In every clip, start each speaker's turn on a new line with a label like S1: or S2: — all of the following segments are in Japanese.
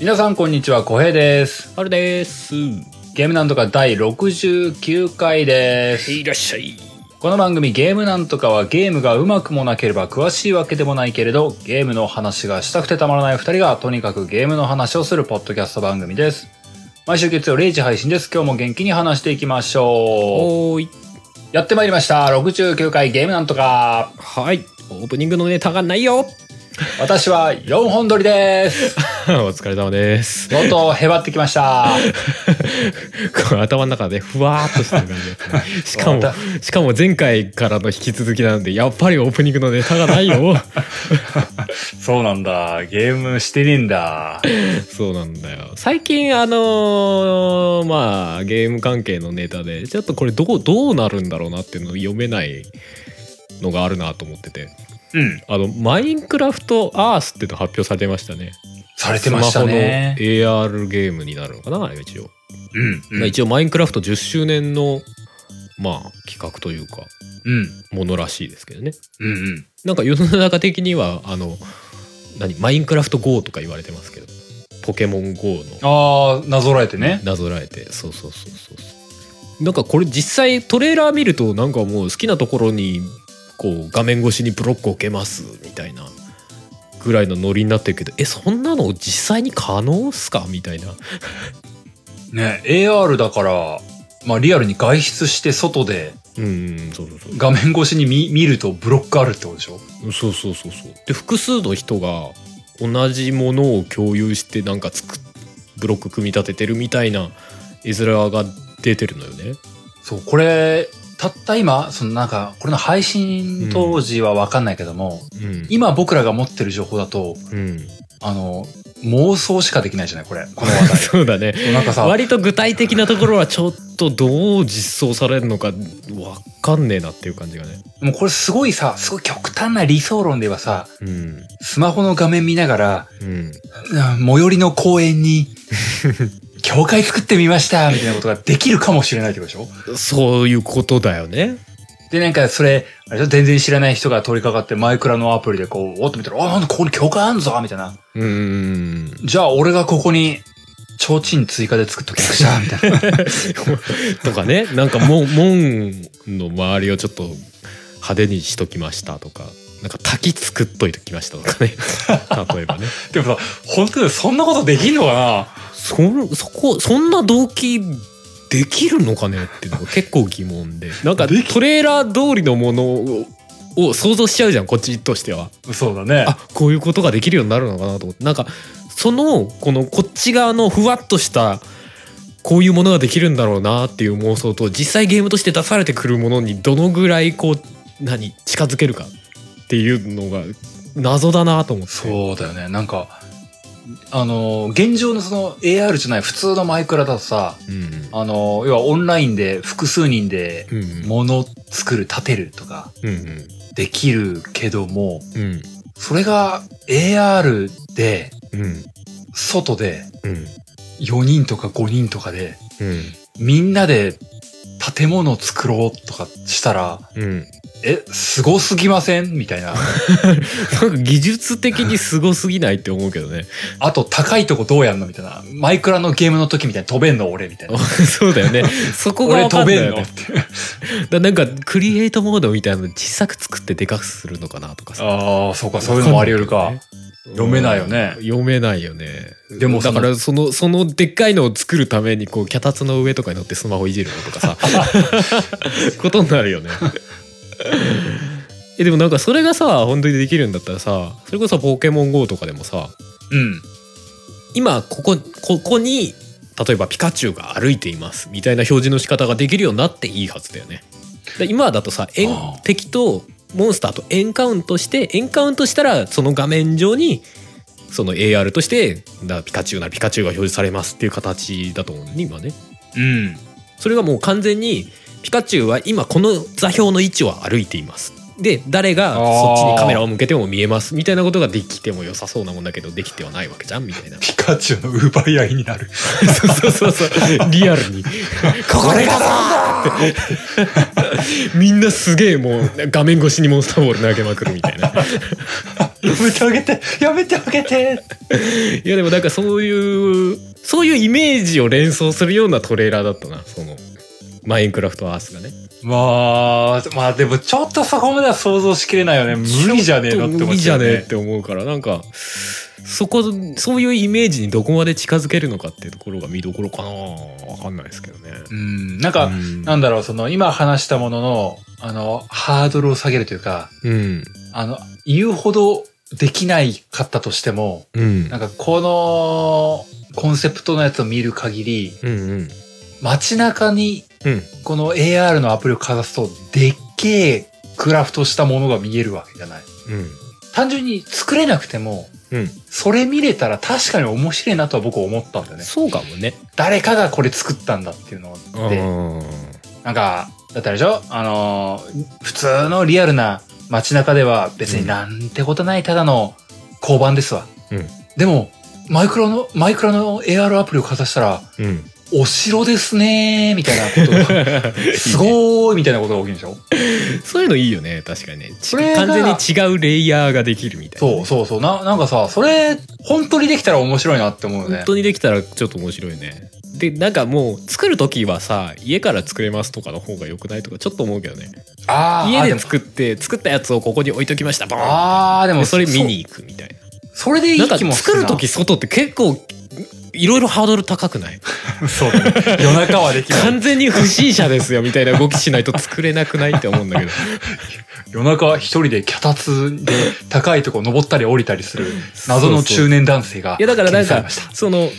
S1: 皆さんこんにちは、小平です。
S2: あれです。
S1: ゲームなんとか第69回です。
S2: いらっしゃい。
S1: この番組ゲームなんとかはゲームがうまくもなければ詳しいわけでもないけれど、ゲームの話がしたくてたまらない二人がとにかくゲームの話をするポッドキャスト番組です。毎週月曜0時配信です。今日も元気に話していきましょう。
S2: おーい。
S1: やってまいりました。69回ゲームなんとか。
S2: はい。オープニングのネタがない よ。
S1: 私は4本撮りです。
S2: お疲れ様です。
S1: 相当へばってきました。
S2: こう頭の中でふわーっとした感じ だったね。しかも
S1: ま、
S2: しかも前回からの引き続きなので、やっぱりオープニングのネタがない よ。
S1: そうなんだ。ゲームしてねえんだ。
S2: そうなんだよ。最近、あのーまあ、ゲーム関係のネタで、ちょっとこれどう、どうなるんだろうなっていうの読めないのがあるなと思ってて。
S1: うん。
S2: あの、マインクラフトアースっての発表されてましたね。
S1: されてましたね。
S2: スマホの AR ゲームになるのかなあれが一応、
S1: うん。うん
S2: まあ一応マインクラフト10周年のまあ企画というか
S1: うん。
S2: ものらしいですけどね
S1: うんうん。
S2: なんか世の中的にはあの何マインクラフト GO とか言われてますけどポケモン GO の
S1: ああ、なぞらえてね。
S2: なぞらえてそうそうそうそうそうなんかこれ実際トレーラー見るとなんかもう好きなところにこう画面越しにブロック置けますみたいなぐらいのノリになってるけどえそんなの実際に可能っすかみたいな
S1: ね、AR だから、まあリアルに外出して外で
S2: うんうんそうそうそう
S1: 画面越しに見 見るとブロックあるってことでしょ
S2: そうそうそうそうで複数の人が同じものを共有してなんか作っブロック組み立ててるみたいな絵面が出てるのよね
S1: そう、これ、たった今、そのなんか、これの配信当時はわかんないけども、
S2: うん
S1: 今僕らが持ってる情報だと、
S2: うん、
S1: あの、妄想しかできないじゃないこれ。この話題。
S2: そうだね
S1: そうなんかさ、
S2: 割と具体的なところはちょっとどう実装されるのかわかんねえなっていう感じがね
S1: もうこれすごいさ、すごい極端な理想論で言えばさ、
S2: うん
S1: スマホの画面見ながら、
S2: うん
S1: うん最寄りの公園に、教会作ってみましたみたいなことができるかもしれないってことでしょ
S2: そういうことだよね
S1: で、なんかそれ、あれでしょ全然知らない人が通りかかってマイクラのアプリでこう、おっと見たら、あ、なんだここに教会あんぞみたいな。
S2: うん
S1: じゃあ俺がここに、提灯追加で作っときましたみたいな。
S2: とかねなんか門門の周りをちょっと派手にしときましたとかなんか滝作っといてきましたとか ね例えばね
S1: でもさ、本当にそんなことできんのか
S2: そんそこそんな動機できるのかねっていうのが結構疑問でなんか
S1: でき
S2: トレーラー通りのものをを想像しちゃうじゃんこっちとしては
S1: なそうだね
S2: あこういうことができるようになるのかなと思ってなんかそのこのこっち側のふわっとしたこういうものができるんだろうなっていう妄想と実際ゲームとして出されてくるものにどのぐらいこう何近づけるかっていうのが謎だなと思って
S1: そうだよね。なんか、あの、現状のその AR じゃない普通のマイクラだとさ、
S2: うん
S1: あの、要はオンラインで複数人で
S2: うんうん
S1: 物作る、建てるとか
S2: うん
S1: できるけども、
S2: うん
S1: それが AR で、
S2: うん
S1: 外で
S2: うん
S1: 4人とか5人とかで、
S2: うん
S1: みんなで建物を作ろうとかしたら、
S2: うん
S1: え、すごすぎませんみたい な。
S2: なんか技術的にすごすぎないって思うけどね
S1: あと高いとこどうやんのみたいな。マイクラのゲームの時みたいに飛べんの俺みたい な。
S2: そうだよねそこが
S1: 俺
S2: わか
S1: 飛
S2: んない
S1: べ
S2: よ
S1: んの
S2: ね
S1: って。
S2: だなんかクリエイトモードみたいなの小さく作ってでかくするのかなとかさ
S1: ああ、そうか、そういうのもあり得るか。読めないよね
S2: 読めないよね
S1: でもそ
S2: だ
S1: の
S2: からそのそのでっかいのを作るためにこう脚立の上とかに乗ってスマホいじるのとかさ ことになるよね えでもなんかそれがさ本当にできるんだったらさそれこそ「ポケモン GO」とかでもさ
S1: うん。
S2: 今ここここに例えばピカチュウが歩いていますみたいな表示の仕方ができるようになっていいはずだよね。で今だとさエン
S1: ああ
S2: 敵とモンスターとエンカウントしてエンカウントしたらその画面上にその AR としてだピカチュウならピカチュウが表示されますっていう形だと思うね今ね。
S1: うん。
S2: それがもう完全にピカチュウは今この座標の位置を歩いています。で誰がそっちにカメラを向けても見えますみたいなことができても良さそうなもんだけどできてはないわけじゃんみたいな。
S1: ピカチュウの奪い合いになる。
S2: そうそうそうそうリアルにこれがみんなすげえもう画面越しにモンスターボール投げまくるみたいな
S1: やめてあげてやめてあげて
S2: いやでもなんかそういうそういうイメージを連想するようなトレーラーだったなそのマインクラフトアースがね
S1: まあまあでもちょっとそこまでは想像しきれないよね無理じゃねえのって
S2: ちょと
S1: 思っ
S2: 無理
S1: ち
S2: じ
S1: ゃ
S2: ゃ
S1: う
S2: ね
S1: よ
S2: え
S1: ね
S2: って思うからなんかそこそういうイメージにどこまで近づけるのかっていうところが見どころかなわかんないですけどね。
S1: うんなんか、なんだろうその今話したもののあのハードルを下げるというか
S2: うん
S1: あの言うほどできないかったとしても
S2: うん
S1: なんかこのコンセプトのやつを見る限り
S2: うんうん
S1: 街中に
S2: うん
S1: この AR のアプリをかざすとでっけえクラフトしたものが見えるわけじゃない
S2: うん
S1: 単純に作れなくても
S2: うん
S1: それ見れたら確かに面白いなとは僕は思ったんだよね
S2: そうかもね。
S1: 誰かがこれ作ったんだっていうのでなんかだったでしょあのー普通のリアルな街中では別になんてことないただの交番ですわ、
S2: うん
S1: でもマイクロのマイクラの AR アプリをかざしたら
S2: うん
S1: お城ですねーみたいな ことがすごーいみたいなことが起きるんでしょ
S2: そういうのいいよね確かにねち
S1: それが
S2: 完全に違うレイヤーができるみたいな
S1: そ
S2: ね、
S1: うそうそうななんかさそれ本当にできたら面白いなって思うよね
S2: 本当にできたらちょっと面白いねでなんかもう作る時はさ家から作れますとかの方が良くないとかちょっと思うけどね
S1: あー
S2: 家
S1: あ
S2: で
S1: も
S2: 作って作ったやつをここに置いときましたボーン
S1: あーでも
S2: でそれ見に行くみたい
S1: そそれでいい
S2: ななん
S1: 気も
S2: か
S1: する
S2: 作
S1: な
S2: る時外って結構いろいろハードル高くない
S1: そうだね夜中はできない
S2: 完全に不審者ですよみたいな動きしないと作れなくないって思うんだけど
S1: 夜中一人で脚立で高いとこ登ったり降りたりする 謎の中年男性が
S2: いやだからなん
S1: 検
S2: か
S1: 索されまし
S2: その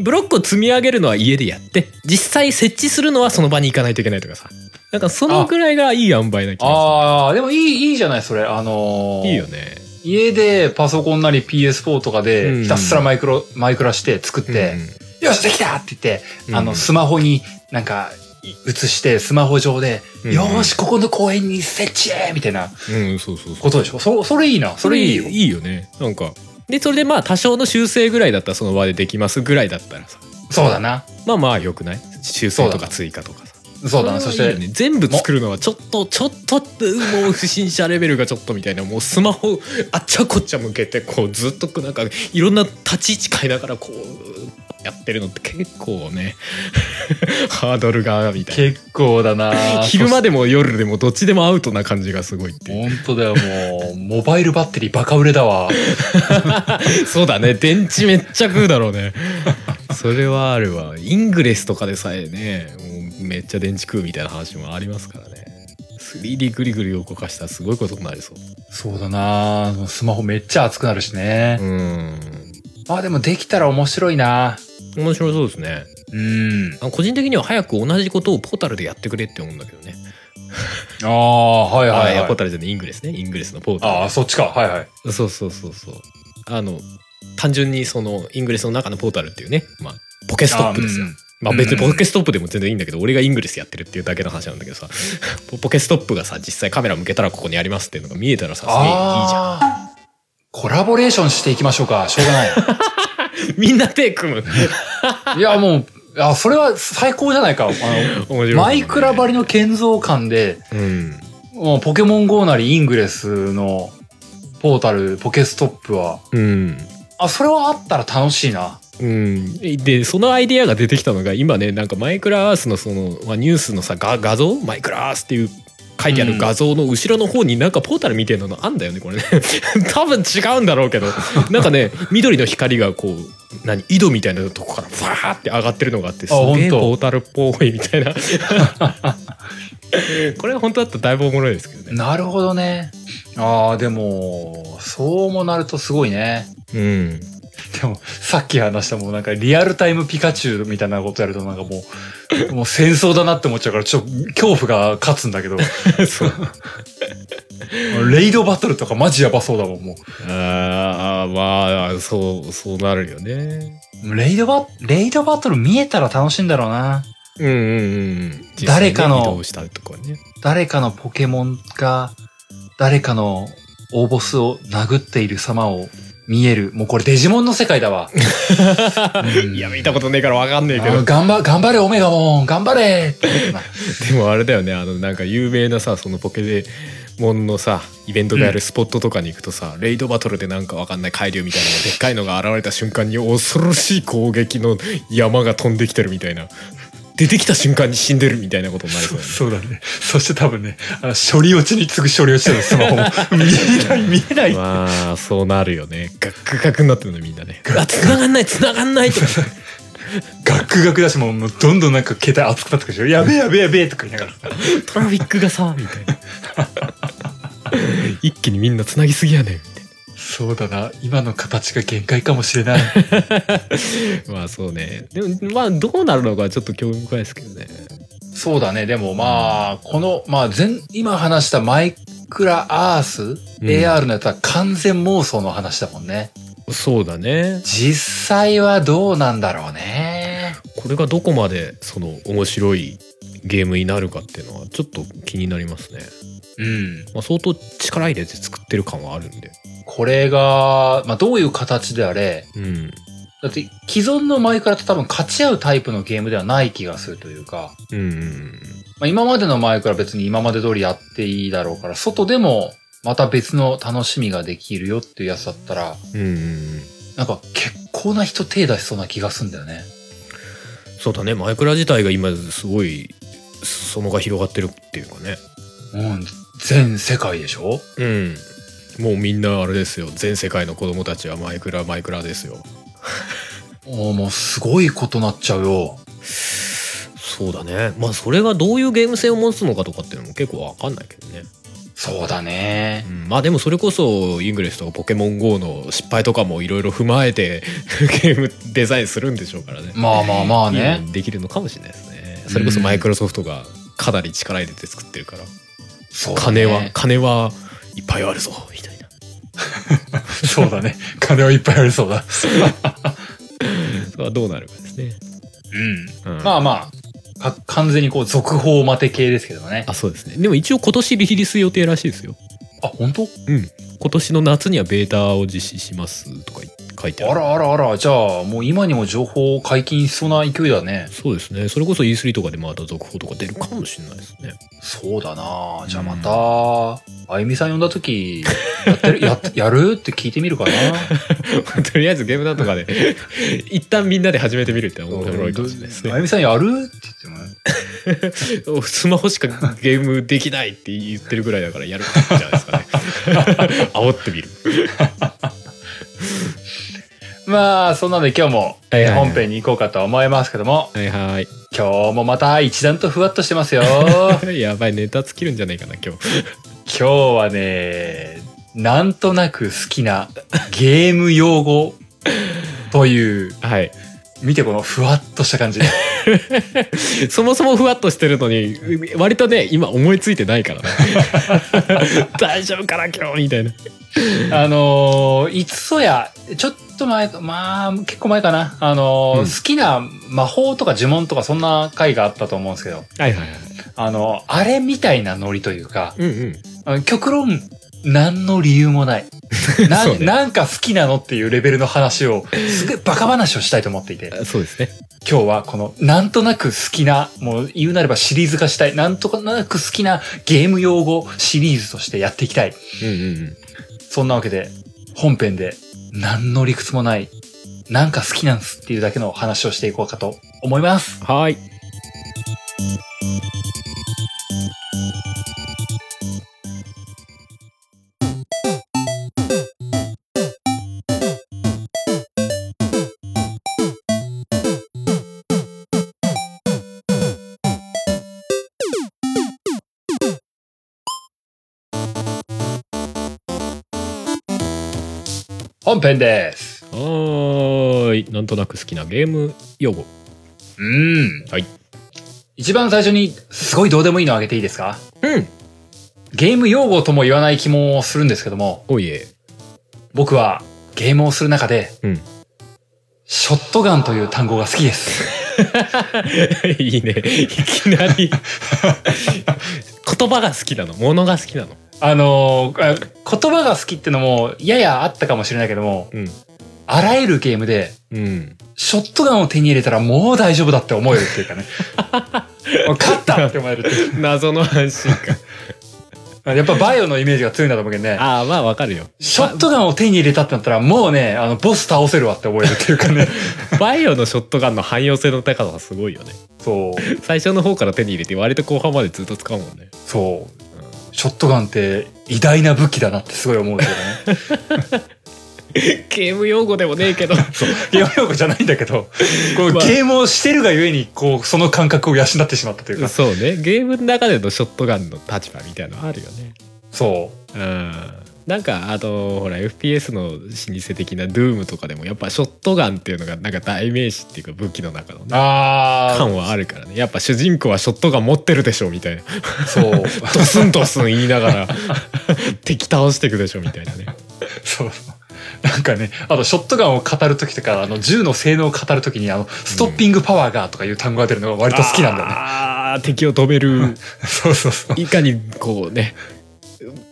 S2: ブロックを積み上げるのは家でやって実際設置するのはその場に行かないといけないとかさなんかそのぐらいがいい塩梅な気
S1: た
S2: が
S1: あーでもいいいいじゃないそれあの
S2: す
S1: ー
S2: るいいよね
S1: 家でパソコンなり PS4 とか
S2: う
S1: で
S2: ん
S1: ひたすらマイクロマイクラして作って、よしできたって言って、
S2: うん
S1: あのスマホになんか映してスマホ上で、
S2: うん
S1: よーしここの公園に設置みたいな
S2: うん、うん、そうそうそう
S1: ことでしょそそれいいなそれいいよ
S2: いいよねなんかでそれでまあ多少の修正ぐらいだったらその場でできますぐらいだったらさ
S1: そうだな
S2: まあまあよくない修正とか追加とかさ
S1: そうだなそ
S2: れ
S1: し
S2: はいい
S1: て
S2: よね全部作るのはちょっとちょっとうんもう不審者レベルがちょっとみたいなもうスマホあっちゃこっちゃ向けてこうずっとこうなんかいろんな立ち位置変えながらこうやってるのって結構ね ハードルがみたい
S1: 結構だな
S2: な 昼間でも夜でもどっちでもアウトな感じがすごいっていう
S1: 本当だよもうモバイルバッテリーバカ売れだわ
S2: そうだね電池めっちゃ食うだろうね それはあるわイングレスとかでさえねもうめっちゃ電池食うみたいな話もありますからね 3D グリグリを動かしたらすごいことになりそう
S1: そうだなスマホめっちゃ熱くなるしね、
S2: うん
S1: まあでもできたら面白いな
S2: 面白そうですね
S1: うん
S2: あ個人的には早く同じことをポータルでやってくれって思うんだけどね、
S1: ああはい
S2: あ
S1: はいい
S2: や
S1: は
S2: ポー
S1: い
S2: タルじゃないイングレスねイングレスのポータル
S1: ああそっちかはいはい
S2: そうそうそうそうあの単純にそのイングレスの中のポータルっていうね、まあ、ポケストップですよ
S1: あーうん
S2: まあ
S1: うん
S2: 別にポケストップでも全然いいんだけど、俺がイングレスやってるっていうだけの話なんだけどさ、ポポケストップがさ、実際カメラ向けたらここにありますっていうのが見えたらさ、すげえいいじゃん。
S1: ああコラボレーションしていきましょうかしょうがない
S2: みんな手組 む。
S1: いやもうあそれは最高じゃないかあの
S2: 面 白い。
S1: マイクラばりの建造感で
S2: うん。
S1: もうポケモン GO なりイングレスのポータルポケストップは
S2: うん。
S1: あそれはあったら楽しいな
S2: うん、でそのアイディアが出てきたのが今ねなんかマイクラアースのその、まあ、ニュースのさが画像マイクラアースっていう書いてあ
S1: う
S2: る
S1: ん
S2: 画像の後ろの方になんかポータルみたいなのあんだよねこれ ね多分違うんだろうけどなんかね緑の光がこう何井戸みたいなとこからファーって上がってるのがあってすげ
S1: 本
S2: え
S1: 当
S2: ポータルっぽいみ たいなこれ本当だったらだいぶおもろいですけどね
S1: なるほどね。ああ、でも、そうもなるとすごいね。
S2: うん
S1: でも、さっき話したもうなんかリアルタイムピカチュウみたいなことやるとなんかもう、もう戦争だなって思っちゃうから、ちょっと恐怖が勝つんだ けど、
S2: そう
S1: レイドバトルとかマジやばそうだもん、も
S2: あーまあそうそうなるよね
S1: う。レイドバ、レイドバトル見えたら楽しいんだろうな。
S2: うんうんうんうん
S1: 誰かの
S2: 実際に移動したとかね
S1: 誰かのポケモンが、誰かの大ボスを殴っている様を見える。もうこれデジモンの世界だわ。うん
S2: いや見たことねえからわかんねえけ
S1: あの
S2: ど
S1: 頑張、頑張れ、オメガモン頑張れってまあ
S2: でもあれだよねあのなんか有名なさそのポケデモンのさイベントがやるスポットとかに行くとさ、レイドバトルでなんかわかんない海流みたいなのがでっかいのが現れた瞬間に恐ろしい攻撃の山が飛んできてるみたいな出てきた瞬間に死んでるみたいなことになるからね
S1: そうだね。そして多分ね、あの処理落ちに次ぐ処理落ちのスマホも見え ない、見えない。
S2: まあ そうなるよねガックガクになってるのみんなねあ繋がんない繋がんないとか
S1: ガクガクだし、もうもうどんどんなんか携帯熱くなってくるでしょ。やべえやべえやべえとか言いながら。
S2: トラフィックがさみたいな 一気にみんな繋ぎすぎやねんみたい
S1: そうだな。今の形が限界かもしれない。
S2: なまあそうねでもまあどうなるのかちょっと興味深いですけどね
S1: そうだね。でもまあ、この、まあ前、今話したマイクラアース、AR のやつは完全妄想の話だもんね。
S2: そうだね
S1: 実際はどうなんだろうね。
S2: これがどこまでその面白いゲームになるかっていうのはちょっと気になりますね、
S1: うん。
S2: まあ、相当力入れて作ってる感はあるんで
S1: これが、まあどういう形であれ、
S2: うん
S1: だって既存のマイクラと多分勝ち合うタイプのゲームではない気がするというか、
S2: うんうん
S1: まあ、今までのマイクラ別に今まで通りやっていいだろうから、外でもまた別の楽しみができるよっていうやつだったら、
S2: うんうん
S1: なんか結構な人手出しそうな気がすんだよね。
S2: そうだねマイクラ自体が今すごい裾野が広がってるっていうかね
S1: うん、全世界でしょ
S2: うんもうみんなあれですよ全世界の子供たちはマイクラマイクラですよ
S1: おーもうすごいことなっちゃうよ。
S2: そうだねまあそれがどういうゲーム性を持つのかとかっていうのも結構わかんないけどね、
S1: そうだね
S2: う。んまあでもそれこそイングレスとかポケモン GO の失敗とかもいろいろ踏まえて ゲームデザインするんでしょうからね
S1: まあまあまあね
S2: いいのできるのかもしれないですねそれこそマイクロソフトがかなり力入れて作ってるから、
S1: そうだね
S2: 金は金はいっぱいあるぞみたいな
S1: そうだね。金はいっぱいありそうだ。
S2: それはどうなるかですね、
S1: うん。
S2: うん
S1: まあまあ、か完全にこう、続報待て系ですけどもね。
S2: あそうですねでも一応今年リリース予定らしいですよ
S1: あ、本当
S2: うん今年の夏にはベータを実施しますとか書いてあ
S1: あ
S2: る
S1: らあらあら、じゃあ、もう今にも情報を解禁しそうな勢いだね。
S2: そうですねそれこそ E3 とかでまた続報とか出るかもしれないです ね
S1: そうだなじゃあまた、あゆみさん呼んだ時、やってる、やっ、やるって聞いてみる かな。
S2: とりあえずゲームなんと かで一旦みんなで始めてみるって面白いかもしれないです
S1: あゆ
S2: ね
S1: みさんやるって言ってもね。
S2: スマホしかゲームできないって言ってるぐらいだからやるかもじゃないですか ね煽ってみる
S1: まあ、そんなので今日も、
S2: はいはいはい
S1: 本編に行こうかと思いますけども、
S2: はいは
S1: 今日もまた一段とふわっとして ますよ。
S2: いやばいネタ尽きるんじゃないかな今日
S1: 今日はね、なんとなく好きなゲーム用語という、
S2: はい
S1: 見てこのふわっとした感 じ。
S2: そもそもふわっとしてるのに割とね今思いついてない からね大丈夫かな今日みたいな
S1: あのーいつそや、ちょっと前か、まあ、結構前かな。あのー
S2: うん
S1: 好きな魔法とか呪文とかそんな回があったと思うんですけど、
S2: はいはいはい
S1: あの、あれみたいなノリというか、
S2: うんうん
S1: あの極論、何の理由も ない。な
S2: そうね
S1: なんか好きなのっていうレベルの話を、すごいバカ話をしたいと思っていて。
S2: あ そうですね
S1: 今日はこのなんとなく好きな、もう言うなればシリーズ化したい、なんとなく好きなゲーム用語シリーズとしてやっていきたい。
S2: うんうんうん
S1: そんなわけで、本編で何の理屈もない、なんか好きなんすっていうだけの話をしていこうかと思います。
S2: はい
S1: 本編です。
S2: はーいなんとなく好きなゲーム用語
S1: うん。
S2: はい。
S1: 一番最初に、すごいどうでもいいのあげていいですか
S2: うん
S1: ゲーム用語とも言わない気もするんですけども、
S2: おいえ
S1: 僕はゲームをする中で、
S2: うん
S1: ショットガンという単語が好きです。
S2: いいねいきなり言葉が好きなの物が好きなの
S1: あのーあ言葉が好きってのもややあったかもしれないけども、
S2: うん
S1: あらゆるゲームで
S2: うん。
S1: ショットガンを手に入れたらもう大丈夫だって思えるっていうか ねもう勝ったって思えるっていう
S2: 謎の安心 感。
S1: やっぱバイオのイメージが強いんだと思うけどね
S2: ああ、まあわかるよ。
S1: ショットガンを手に入れたってなったらもうねあのボス倒せるわって思えるっていうかね
S2: バイオのショットガンの汎用性の高さはすごいよね。
S1: そう
S2: 最初の方から手に入れて割と後半までずっと使うもんね。
S1: そうショットガンって偉大な武器だなってすごい思うけど ね
S2: ゲーム用語でもねえ けど。
S1: ゲーム用語じゃないんだけどこう、
S2: まあ
S1: ゲームをしてるがゆえにこうその感覚を養ってしまったというか
S2: そうね。ゲームの中でのショットガンの立場みたいなのあるよね。
S1: そう
S2: うん。なんかあとほら FPS の老舗的なドゥームとかでもやっぱショットガンっていうのがなんか代名詞っていうか武器の中のね
S1: あ
S2: 感はあるからねやっぱ主人公はショットガン持ってるでしょみ たいな
S1: あ、そう、
S2: ドスンドスン言いながら敵倒していくでしょみたいなね
S1: そう。なんかね、あとショットガンを語る時とか、あの銃の性能を語る時に、あのストッピングパワーがとかいう単語が出るのが割と好きなんだよね。
S2: あー敵を止める
S1: そうそうそう。
S2: いかにこうね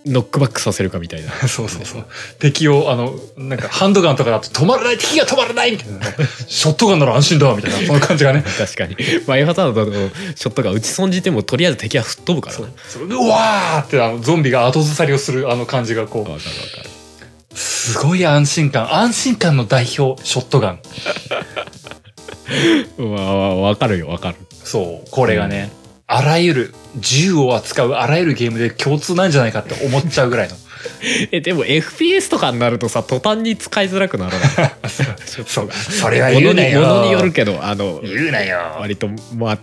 S2: ノックバックさせるかみたいな
S1: そうそうそう。敵を、あの、なんかハンドガンとかだと止まらない、敵が止まらないみたいな。ショットガンなら安心だみたいな、その感じがね。
S2: 確かにバイオハザードのショットガン打ち損じてもとりあえず敵は吹っ飛ぶから
S1: そ
S2: ね
S1: うそううわーってあのゾンビが後ずさりをするあの感じがこ
S2: わかるわかる
S1: うすごい安心感安心感の代表ショットガン
S2: うわわわかるよわかる
S1: そう、これがね、あらゆる、銃を扱うあらゆるゲームで共通なんじゃないかって思っちゃうぐらいの。
S2: えでも FPS とかになるとさ途端に使いづらくならない
S1: そう、それは
S2: も
S1: 言
S2: の
S1: うな
S2: に
S1: よ。
S2: ものによるけどあの
S1: 言うなよ。
S2: 割とま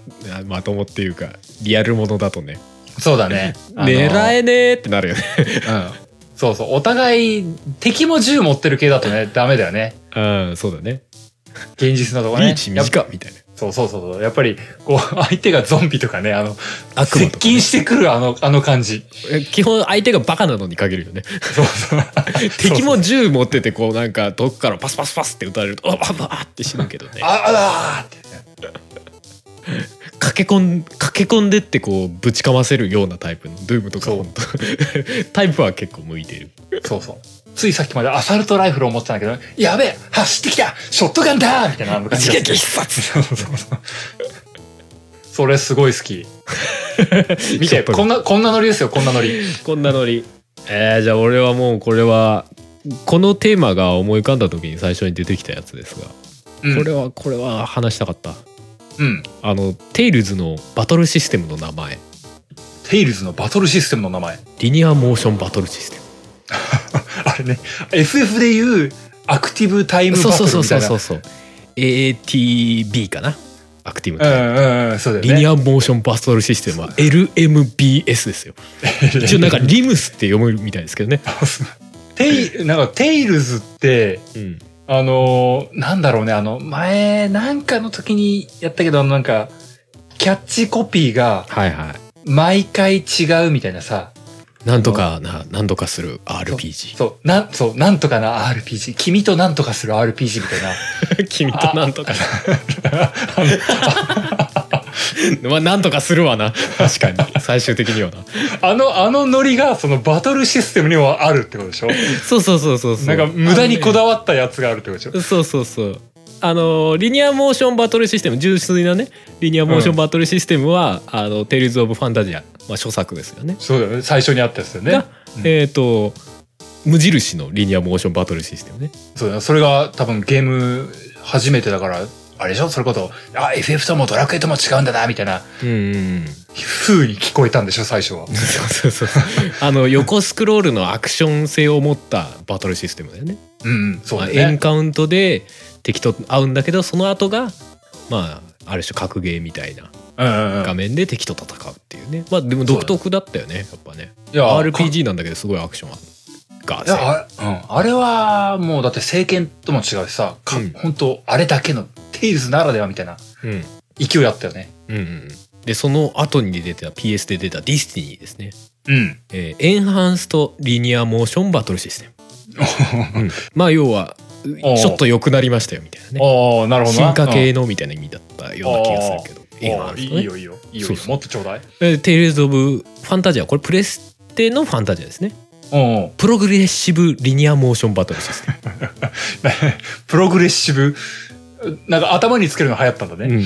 S2: まともっていうかリアルものだとね
S1: そうだね。
S2: 狙
S1: え、
S2: えねえってなるよね
S1: うん。そうそう、お互い、敵も銃持ってる系だとね、ダメだよね。
S2: うんそうだね
S1: 現実のとこね。
S2: リーチ
S1: やっぱ
S2: 短っみたいな
S1: そうそうそうそう。やっぱり、こう、相手がゾンビとかね、あの、
S2: 悪
S1: 接
S2: 魔とかね
S1: 近してくるあの、あの感じ。
S2: え基本相手がバカなのに限るよね
S1: そうそう。
S2: 敵も銃持っててこうなんか遠くからパスパスパスって撃たれるとああああって死ぬけどね
S1: あ、あらーって。
S2: 駆け込ん駆け込んでってこうぶちかませるようなタイプのドゥームとか
S1: そう
S2: 本当 タイプは結構向いてる
S1: そうそう。ついさっきまでアサルトライフルを持ってたんだけど、やべえ走ってきたショットガンだみたいなあの感じ
S2: 一
S1: が
S2: 撃必殺
S1: そうそうそう。それすごい好き。見
S2: ショ
S1: て、
S2: ット
S1: こ
S2: ガン
S1: んな、こんなノリですよ、こんなノリ。
S2: こんなノリえー、じゃあ俺はもうこれはこのテーマが思い浮かんだ時に最初に出てきたやつですが、
S1: うん。
S2: これはこれは話したかった
S1: うん。
S2: あのテイルズのバトルシステムの名前
S1: テイルズのバトルシステムの名前。
S2: リニアモーションバトルシステム
S1: あれね、FF でいうアクティブタイムバト
S2: そう
S1: ルみたい
S2: そう
S1: な。
S2: そうそうそううそう ATB かなアクティブ
S1: ん
S2: タイム、
S1: うんうん、そうだよね。
S2: リニアモーションバトルシステムは LMBS ですよ一応なんかリムスって読むみたいですけどね、
S1: テイ、なんかテイルズって、
S2: うん、
S1: あのーなんだろうね、あの、前、なんかの時にやったけど、あのなんか、キャッチコピーが、
S2: はいはい
S1: 毎回違うみたいなさ、
S2: なんとかななんとかする RPG
S1: そう、なん、そう、なんとかな RPG、君となんとかする RPG みたい な。
S2: 君となんと かまあなんとかするわな確かに最終的にはな
S1: あの、あのノリが、そのバトルシステムにもあるってことでしょ
S2: そうそうそうそうそう
S1: なんか無駄にこ
S2: わ
S1: だわったやつがあるってことでしょ
S2: そうそうそうあのリニアモーションバトルシステム純粋なねリニアモーションバトルシステムは「あのテイルズ・オブ・ファンタジア」まあ、初作ですよね、
S1: そうだよね。最初にあったやつだよね
S2: が。えっ、と無印のリニアモーションバトルシステムね
S1: そうだよそれが多分ゲーム初めてだから、あれでしょそれこそ、あ、FF ともドラクエとも違うんだな、みたいな
S2: うんうん
S1: 風に聞こえたんでしょ最初は。
S2: そうそうそうそうあの横スクロールのアクション性を持ったバトルシステムだよね
S1: うんうん、そう
S2: ま
S1: だ
S2: あ、
S1: ね。
S2: エンカウントで敵と会うんだけどその後がまあある種格ゲーみたいな
S1: うんうんう
S2: 画
S1: ん。
S2: 面で敵と戦うっていうねまあでも独特だったよねやっぱね
S1: いや
S2: RPG なんだけどすごいアクションが
S1: いやあれ,、うん、あれはもうだって政権とも違うしさ、か
S2: うん
S1: 本当あれだけのテイルズならではみたいな
S2: うんうん
S1: 勢いあったよね
S2: うんうんでその後に出てた PS で出た「ディスティニー」ですね、
S1: うん
S2: えーエンハンスとリニアモーションバトルシ ステム、うんまあ要はち
S1: おう
S2: ょっと良くなりましたよみたいなね
S1: ああなるほどな
S2: 進化系のみたいな意味だったような気がするけど
S1: うん
S2: エン
S1: あ
S2: ハ
S1: あ
S2: ン
S1: い
S2: ス
S1: い
S2: とね
S1: よいいよいいよ
S2: そうそう
S1: もっとちょうだい
S2: えーテイルズ・オブ・ファンタジアこれプレスてのファンタジアですね
S1: うん うん。
S2: プログレッシブリニアモーションバトルシ ステ
S1: プログレッシブ。なんか頭につけるの流行ったんだね。
S2: ム、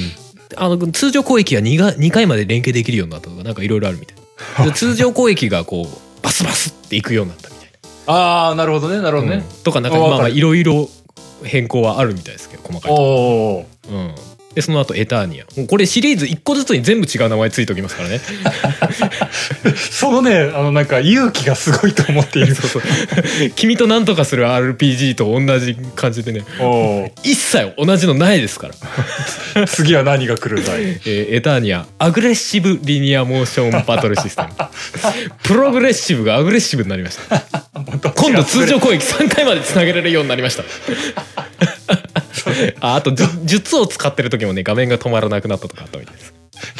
S2: あの通常攻撃が 2, が2回まで連携できるようになったとかなんかいろいろあるみた いで通常攻撃がこうバスバスっていくようになったみたい
S1: ああ、なるほどね、なるほど
S2: な、
S1: ね。
S2: うんとかなんか
S1: あわか
S2: まあ
S1: る
S2: まあいろいろ変更はあるみたいですけど細かいとこ
S1: おおー。
S2: うん、でその後エターニアもうこれシリーズ1個ずつに全部違う名前ついておきますからね
S1: そのね、あの、なんか勇気がすごいと思っている。
S2: そうそう君と何とかする RPG と同じ感じでね
S1: お
S2: 一切同じのないですから、
S1: お。次は何が来るんだ
S2: え
S1: い。
S2: ーエターニアアグレッシブリニアモーションバトルシス テムプログレッシブがアグレッシブになりました 今度通常攻撃3回までつなげられるようになりました ああとじゅ術を使ってる時もね画面が止まらなくなったとかあったみた いです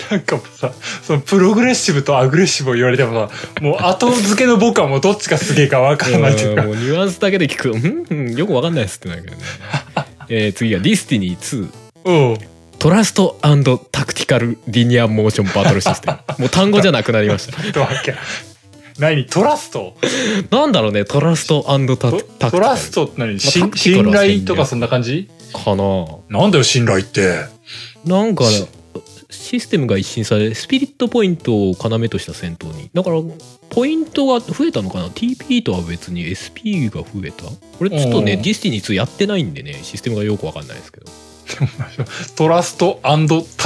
S1: なんかさ、そのプログレッシブとアグレッシブを言われてもさ、もう後付けの僕はもうどっちがすげえかわからないといううんか。
S2: もうニュアンスだけで聞くうんうんよくわかんないですってなるけどね、えー次が「ディスティニー2
S1: うん。
S2: トラストタクティカルリニアモーションバトルシステム」もう単語じゃなくなり ました
S1: ちょっとわけ。何トラスト
S2: なんだろうねトラストタク
S1: ト
S2: ティカル
S1: トラストって何、し
S2: まあタクティカル
S1: 信
S2: は
S1: 頼とかそんな感じ
S2: かな
S1: なんだよ、信頼って。
S2: なんか
S1: し
S2: ねシステムが一新されスピリットポイントを要とした戦闘にだからポイントが増えたのかな TP とは別に SP が増えたこれちょっとね
S1: うん
S2: ディスティニー2やってないんでねシステムがよくわかんないですけど
S1: トラストタ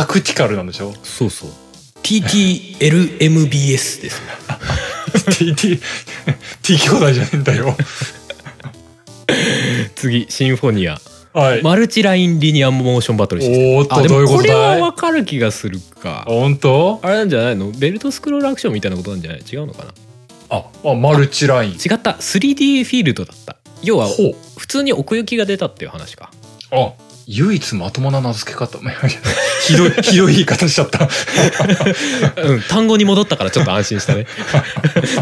S1: クティカルなんでしょ
S2: そうそう TTLMBS です
S1: ?TT、T 兄弟じゃねえんだよ。
S2: 次シンフォニア
S1: はい。
S2: マルチラインリニアモーションバトルシステム
S1: おーっと
S2: あで
S1: どうい
S2: も
S1: うこ
S2: ことれは
S1: だい
S2: わかる気がするか
S1: 本当
S2: あれなんじゃないのベルトスクロールアクションみたいなことなんじゃない違うのかな
S1: ああ、マルチライン。
S2: 違った 3D フィールドだった要は
S1: ほう。
S2: 普通に奥行きが出たっていう話か
S1: あ、唯一まともな名付け方。いやいやひ どい、ひどい言い方しちゃった。
S2: うん単語に戻ったからちょっと安心 したね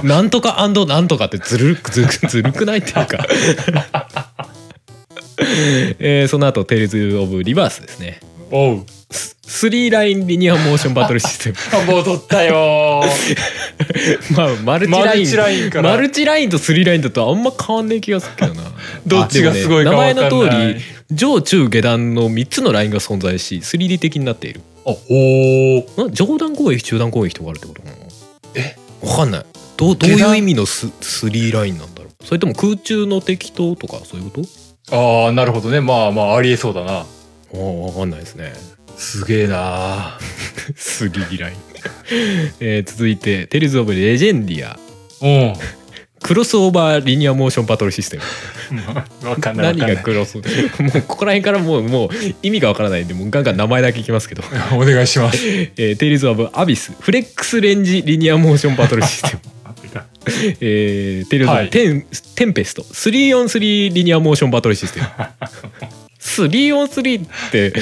S2: なんとかなんとかってずるくずるくずるくないっていうかえーその後テイルズ・オブ・リバース」ですね
S1: おう。
S2: ススリーラインリニアモーションバトル システム
S1: あ、戻ったよー。
S2: まあマルチ
S1: マ
S2: ライ
S1: ル
S2: ン
S1: チラインから。
S2: マルチラインとスリーラインだとあんま変わんない気がするけどな
S1: どっちがすごいかわかんない
S2: あでも名前の通り上中下段の3つのラインが存在し 3D 的になっている
S1: あ、おー。
S2: ん上段攻撃中段攻撃とかあるってことかな
S1: え
S2: わかんないどうどう
S1: 下
S2: いう
S1: 段
S2: 意味のススリーラインなんだろうそれとも空中の敵ととかそういうこと
S1: ああ、なるほどね。まあまあ、ありえそうだな。
S2: ああわかんないですね
S1: すげえな
S2: スリーライン、 えー続いて「テレズ・オブ・レジェンディア」
S1: うん。
S2: クロスオーバーリニアモーションバトルシステム
S1: わかんないわ
S2: 何
S1: かん
S2: が
S1: ない。
S2: クロス もうここら辺からもうもう意味がわからないんでもうガンガン名前だけいきますけど 「
S1: お願いします。
S2: えー、テイルズ・オブ・アビス」フレックス・レンジ・リニアモーションバトルシステム「えー、テイルズ・オ
S1: は
S2: ブ
S1: い
S2: テン・テンペスト」「3on3 リニアモーションバトルシステム」「3on3」って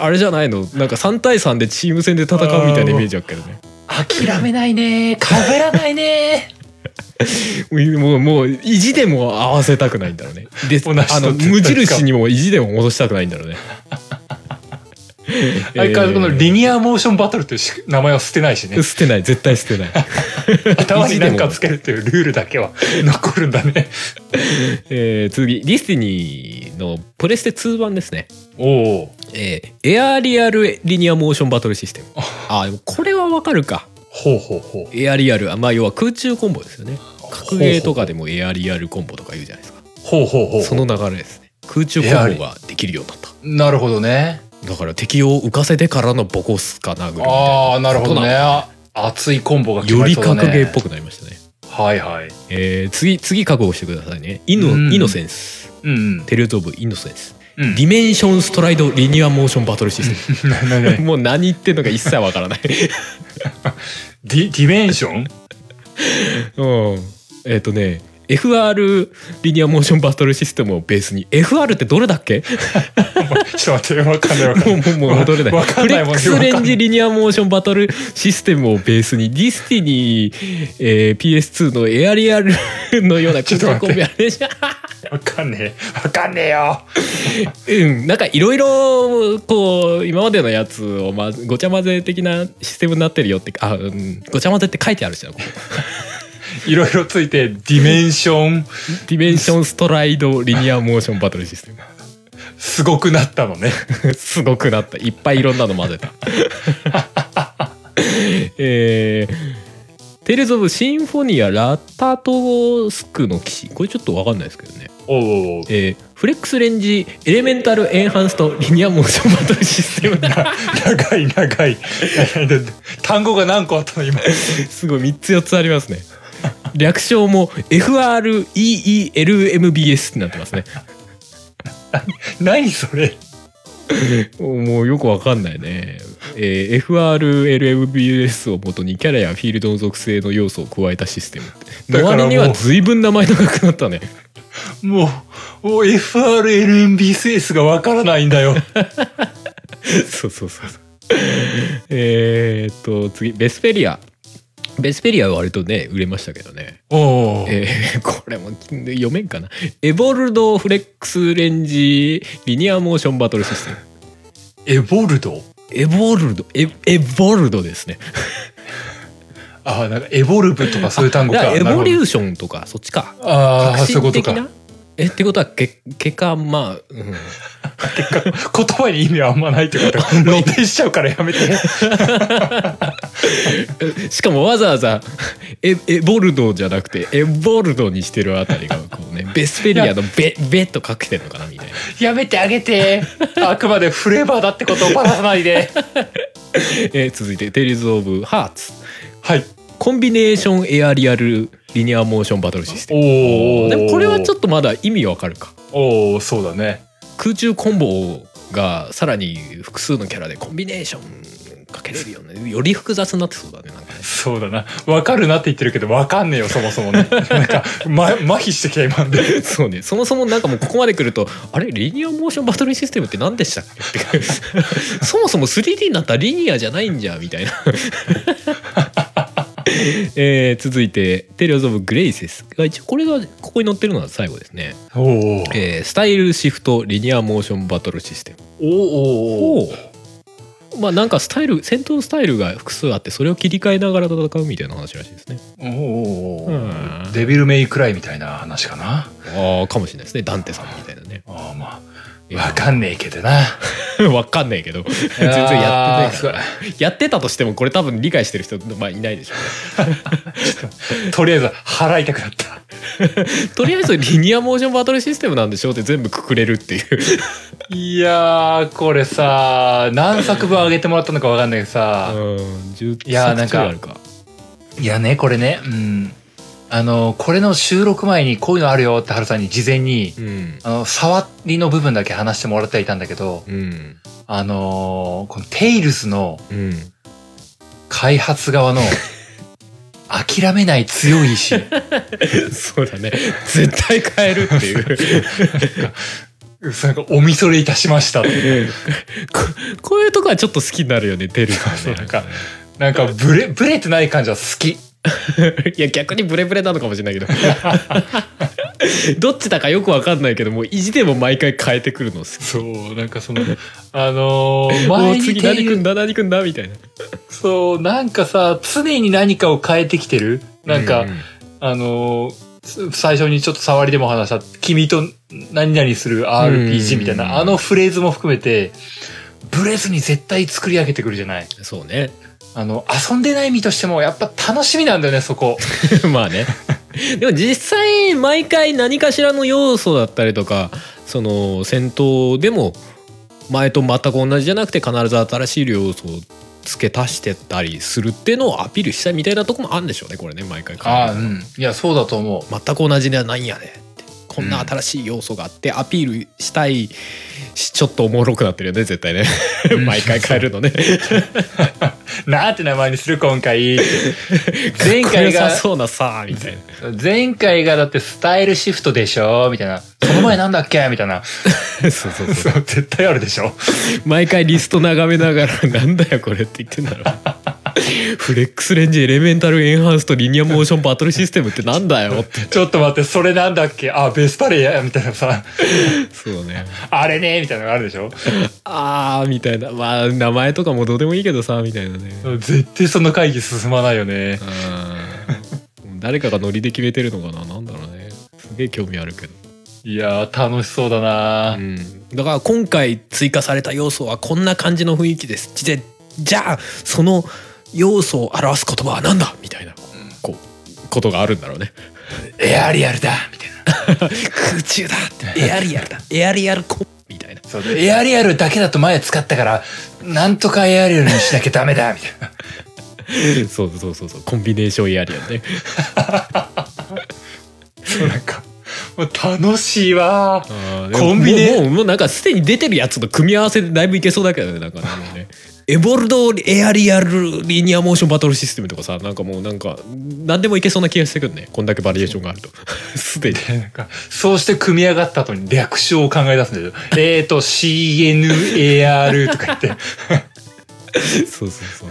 S2: あれじゃないのなんか3対3でチーム戦で戦うみたいなイメージあるけどね
S1: 諦めないねー。かべらないね
S2: もうもう意地でも合わせたくないんだろうね。で
S1: 同じと
S2: あの無印にも意地でも戻したくないんだろうね。
S1: ー。相変わらずこのリニアモーションバトルというし名前は捨てないしね
S2: えー。捨てない絶対捨てない。
S1: 頭に何かつけるというルールだけは 残るんだね。
S2: えー次ディスティニーのプレステ2版ですね。
S1: おお。
S2: えーエアリアルリニアモーションバトルシステム。あでもこれはわかるか。
S1: ほうほうほう。
S2: エアリアルまあ要は空中コンボですよね。格ゲーとかでもエアリアルコンボとか言うじゃないですか。
S1: ほうほうほう。
S2: その流れですね。空中コンボができるようになった。
S1: なるほどね。
S2: だから敵を浮かせてからのボコスか殴るみたいな。
S1: ああ、なるほどね。あ熱いコンボが決
S2: よ
S1: ま
S2: り
S1: そうだね
S2: 格ゲーっぽくなりましたね。
S1: はいはい。
S2: えー次、次覚悟してくださいね。イノ、
S1: うん
S2: イノセンス。
S1: うんうん。
S2: テレゾブイノセンス。
S1: うん
S2: ディメンションストライドリニアモーションバトルシス
S1: なな
S2: テ
S1: な
S2: ム。もう何言ってんのか一切わからない。
S1: ディディメンション
S2: うん。えっ、とね、FR リニアモーションバトルシステムをベースに FR ってどれだっけ
S1: ちょっと待って、わかんないわかん
S2: も
S1: ない。
S2: うもうもう戻れない
S1: わか
S2: フ
S1: んな
S2: レ
S1: い
S2: ッ
S1: もん
S2: クスレンジリニアモーションバトルシステムをベースにディスティニー、えー PS2 のエアリアルのような空中コンビあれじゃん
S1: わかんねえ。わかんねえよ。
S2: うん、なんかいろいろこう今までのやつを、ま、 ごちゃ混ぜ的なシステムになってるよってあ、うん、ごちゃ混ぜって書いてあるしなここ
S1: いろいろついてディメンション
S2: ディメンションストライドリニアモーションバトルシステム
S1: すごくなったのね
S2: すごくなったいっぱいいろんなの混ぜたえー、テイルズ・オブ・シンフォニア・ラタトスクの騎士これちょっと分かんないですけどね、
S1: お うおう
S2: えーフレックスレンジエレメンタル・エンハンスト・リニアモーションバトルシステム
S1: 長い長い 単語が何個あったの今
S2: すごい3つ4つありますね略称も FREELMBS ってなってますね
S1: 何それ
S2: もうよくわかんないね。えー FRLMBS をもとにキャラやフィールドの属性の要素を加えたシステムって。
S1: だ
S2: の
S1: からもう
S2: 割には随分名前長くなったね。
S1: もうもう FRLMBCS がわからないん だよ
S2: そうそうそうそう。えーっと、次、ベスペリア。ベスペリアは割とね、売れましたけどね。
S1: おうおう
S2: えーこれも読めんかな。エボルドフレックスレンジリニアモーションバトルシステム。
S1: エボルド
S2: エボルド、エエボルドですね。
S1: ああなんかエボルブとかそういう単語
S2: だ
S1: か
S2: からエボリュ
S1: ブ
S2: ーションとか、そっちか。
S1: ああ
S2: 革
S1: そういうこ
S2: 新
S1: と
S2: 的
S1: か
S2: なえってことはけけかまあ、うん、
S1: 言葉に意味はあんまないって ことか露呈しちゃうからやめて
S2: え しかもわざわざ えエボルドじゃなくてエボルドにしてるあたりがこ うねベスペリアのベ「ベ」とかけてるのかなみたいな
S1: やめてあげて あくまでフレーバーだってことをばらさない で
S2: えー続いて「テイルズ・オブ・ハーツ
S1: はい」
S2: コンビネーションエアリアルリニアモーションバトルシステム
S1: おお
S2: でもこれはちょ
S1: っ
S2: っとまだ意味わかるか
S1: とおおそうだね
S2: 空中コンボがさらに複数のキャラでコンビネーションかけれるよねより複雑になってそうだねなんかね
S1: そうだなわかるなって言ってるけどわかんねえよそもそもね なんか、ま、麻痺してきた今んで
S2: そうねそもそもなんかもうここまで来るとあれリニアモーションバトルシステムって何でしたっけ ってそもそも 3D になったらリニアじゃないんじゃみたいな、 えー続いて「テレオズ・オブ・グレイセス」が一応これがここに載ってるのは最後ですね、
S1: おお
S2: えースタイルシフトリニアモーションバトルシステム
S1: おお
S2: をまあなんかスタイル戦闘スタイルが複数あってそれを切り替えながら戦うみたいな話らしいですね
S1: おお
S2: うん
S1: デビルメイクライみたいな話かな
S2: ああかもしれないですねダンテさんみたいなね
S1: ああまあわかんねえけど な
S2: わかんないけど全然やってない
S1: あー
S2: か
S1: すご
S2: ら
S1: い
S2: やってたとしてもこれ多分理解してる人まあいないでしょ
S1: とりあえず払いたくなった
S2: うね とりあえずリニアモーションバトルシステムなんでしょうって全部くくれるっていう
S1: いやーこれさ何作分上げてもらったのかわかんないけどさ、
S2: うん
S1: いやーなんか
S2: あるか
S1: いやねこれねうんあのこれの収録前にこういうのあるよってハルさんに事前に
S2: うん
S1: あの触りの部分だけ話してもらってはいたんだけど
S2: うん
S1: あのーこの「テイルズの
S2: うん
S1: 開発側 の諦めない強い意志
S2: そうだね絶対変えるっていう
S1: なんかお見それいたしましたって
S2: ここういうとこはちょっと好きになるよねテルさんね
S1: そうなんかなんかブレブレてない感じは好き
S2: いや逆にブレブレなのかもしれないけど どっちだかよくわかんないけどもう意地でも毎回変えてくるの好き
S1: そうなんかそ のあのー
S2: お
S1: 前
S2: ー
S1: に
S2: 次
S1: テ
S2: 何
S1: イ
S2: く
S1: ル
S2: んだ何くんだみたいな
S1: そうなんかさ常に何かを変えてきてるなんか、
S2: うう
S1: あのー最初にちょっと触りでも話した、君と何々する RPG みたい
S2: うん
S1: な、あのフレーズも含めて、ブレずに絶対作り上げてくるじゃない。
S2: そうね
S1: あの、遊んでない身としても、やっぱ楽しみなんだよね、そこ。
S2: まあねでも実際毎回何かしらの要素だったりとかその戦闘でも前と全く同じじゃなくて必ず新しい要素を付け足してったりするっていうのをアピールしたいみたいなとこもあるんでしょうねこれね毎回
S1: ああ、うん。いや、そうだと思う。
S2: 全く同じではないんやねってこんな新しい要素があってアピールしたいしちょっとおもろくなってるよね絶対ね
S1: ん
S2: 毎回変えるのね
S1: なんて名前にする、今回。 前
S2: かっこよ
S1: 回
S2: さ
S1: が、
S2: そうなさみたいな
S1: 前回がだってスタイルシフトでしょみたいな。その前なんだっけみたいな。
S2: そうそうそう
S1: そう絶対あるでしょ
S2: 毎回リスト眺めながら「なんだよこれ」って言ってんだろ うフレックスレンジエレメンタルエンハンスとリニアモーションバトルシステムってなんだよって
S1: ちょっと待って、それなんだっけあ、ベスパレイや、みたいなさ。
S2: そうね
S1: あれねみたいなのがあるでしょ
S2: あーみたいなまあ名前とかもどうでもいいけどさみたいなね
S1: 絶対その会議進まないよね。
S2: うん誰かがノリで決めてるのかななんだろうねすげえ興味あるけど、
S1: いやー楽しそうだな、
S2: うん、だから今回追加された要素はこんな感じの雰囲気ですじゃじゃあその要素を表す言葉は何だみたいなこうことがあるんだろうね
S1: エアリアルだみたいな
S2: 空中だエアリアルだエアリアルコみたいな
S1: そうエアリアルだけだと前使ったからなんとかエアリアルにしなきゃダメだみたいな
S2: そうそうそうそうコンビネーションエアリアルね
S1: そうなんかもう楽しいわー
S2: あー
S1: コンビニ
S2: でももうもうなんかすでに出てるやつの組み合わせでだいぶいけそうだけどねなんかねもうね エボルドエアリアルリニアモーションバトルシステムとかさなんかもうなんか何でもいけそうな気がしてくるねこんだけバリエーションがあると すでに
S1: でなんかそうして組み上がった後に略称を考え出すんだよえーと CNAR とか言って
S2: そうそうそう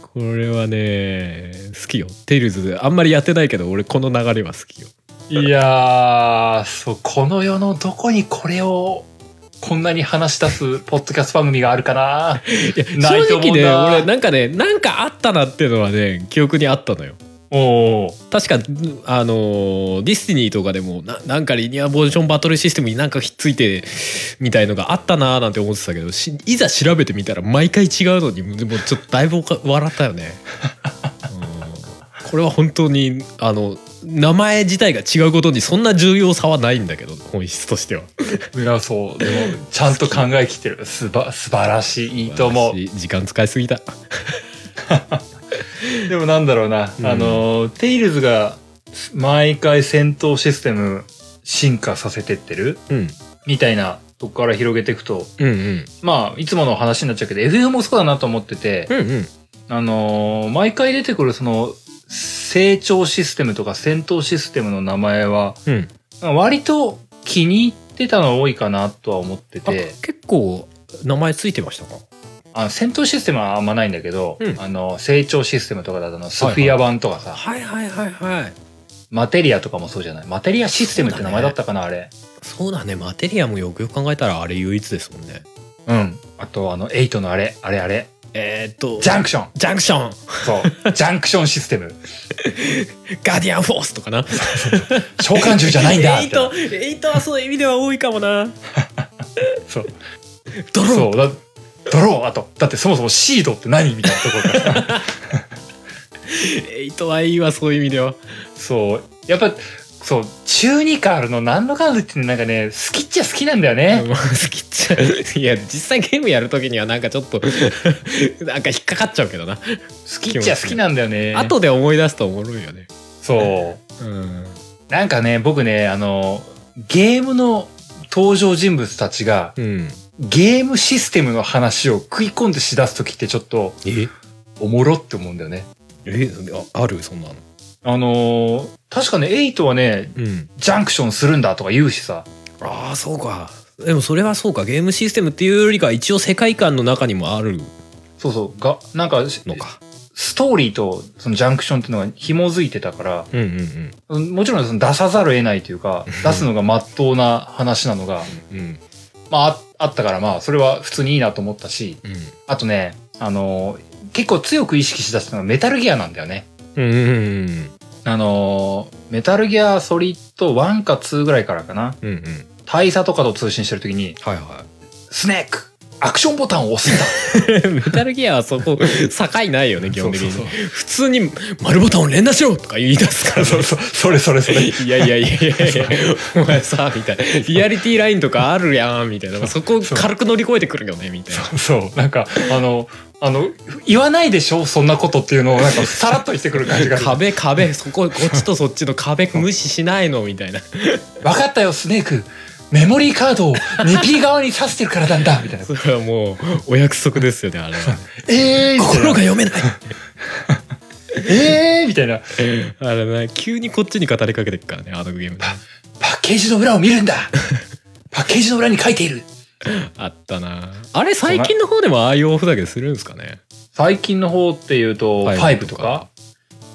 S2: これはね好きよ「テイルズ」あんまりやってないけど俺この流れは好きよ
S1: いやーそうこの世のどこにこれをこんなに話し出すポッドキャスト番組があるかない
S2: や
S1: ないと
S2: 正
S1: 思
S2: 直
S1: う
S2: ね
S1: な
S2: 俺なんかねなんかあったなっていうのはね記憶にあったのよ
S1: おお
S2: 確かあのーディスティニーとかでもななんかリニアモーションバトルシステムになんかひっついてみたいのがあったなーなんて思ってたけどしいざ調べてみたら毎回違うのにでもちょっとだいぶおか笑ったよね、うんこれは本当にあの名前自体が違うことにそんな重要さはないんだけど本質としてはい
S1: やそうでもちゃんと考えきってるすば素晴らしいいいと思
S2: 私時間使いすぎた
S1: うでもなんだろうな、
S2: うん
S1: あのテイルズが毎回戦闘システム進化させてってる
S2: うん
S1: みたいなとこから広げていくと
S2: うんうん
S1: まあいつもの話になっちゃうけど FM もそうだなと思ってて、
S2: うんうん
S1: あのー毎回出てくるその成長システムとか戦闘システムの名前は
S2: うん
S1: 割と気に入ってたの多いかなとは思って
S2: あ
S1: て
S2: 結構名前ついてましたか
S1: あの戦闘システムはあんまないんだけど、
S2: うん
S1: あの成長システムとかだとあのスフィア版とかさ、
S2: はいはいはいはい
S1: マテリアとかもそうじゃないマテリアシステムって名前だったかな、あれ
S2: そうだねマテリアもよくよく考えたらあれ唯一ですもんね
S1: うんあとあの8のあれあれあれ
S2: えー、っと
S1: ジャンクション
S2: ジャンクション
S1: そうジャンクションシステム
S2: ガーディアンフォースと かな
S1: 召喚獣じゃないんだ
S2: エイトエイトはそういう意味では多いかもな
S1: そう
S2: ドロ
S1: そ
S2: ー
S1: うだドローあとだってそもそもシードって何みたいなところから
S2: エイトはいいわそういう意味では
S1: そう。やっぱ、そう、中二感あるの、何のカードってなんかね、好きっちゃ好きなんだよね。
S2: もう好きっちゃいや実際ゲームやる時にはなんかちょっと なんか引っかかっちゃうけどな、
S1: 好きっちゃ好きなんだよね。、
S2: 後で思い出すとおもろいよね
S1: そう。
S2: うん
S1: なんかね、僕ね、あの、ゲームの登場人物たちが、
S2: うん
S1: ゲームシステムの話を食い込んでしだすときってちょっと、
S2: え
S1: おもろって思うんだよね。
S2: えああるそんなの
S1: あのー確かね、エイトはね、
S2: うん
S1: ジャンクションするんだとか言うしさ。
S2: ああそうかでもそれはそうかゲームシステムっていうよりか一応世界観の中にもある
S1: そうそう。が、なんか、
S2: のか
S1: ストーリーとそのジャンクションっていうのが紐づいてたから、
S2: うんう
S1: う
S2: んうん
S1: んもちろんその出さざるを得ないというか、出すのが真っ当な話なのが、
S2: うん
S1: まああ、あったからまあ、それは普通にいいなと思ったし、
S2: うん
S1: あとね、あのー結構強く意識しだしたのがメタルギアなんだよね。
S2: うんうん
S1: あのーメタルギアソリッド1か2ぐらいからかな。
S2: うんうん
S1: 大佐とかと通信してる時に、
S2: はいは
S1: スネークアクションボタンを押すんだ
S2: いメタルギアはそこ 境ないよね基本的に
S1: そうそう
S2: 普通に「丸ボタンを連打しろ!」とか言い出すか ら、
S1: そうそう、それそれそ れ。
S2: いやいやいやいやいやお前さみたいなリアリティラインとかあるやんみたいなそこを軽く乗り越えてくるよねみたい な
S1: そう、なんか、あの、あの、言わないでしょそんなことっていうのを、 なんか、さらっとしてくる感じがする。
S2: 壁壁そここっちとそっちの壁無視しないのみたいな
S1: 分かったよスネークメモリーカードを 2P 側に刺してるからなん だみたいな
S2: それはもうお約束ですよねあれは
S1: えーみたい
S2: 心
S1: な
S2: が読 めない
S1: えーみたいな
S2: あれね急にこっちに語りかけてくからねあのゲーム
S1: パッケージの裏を見るんだパッケージの裏に書いている
S2: あったなあれ最近の方でもああいうオフだけするんですかね
S1: 最近の方っていうと
S2: ファイブ
S1: 5とか
S2: とか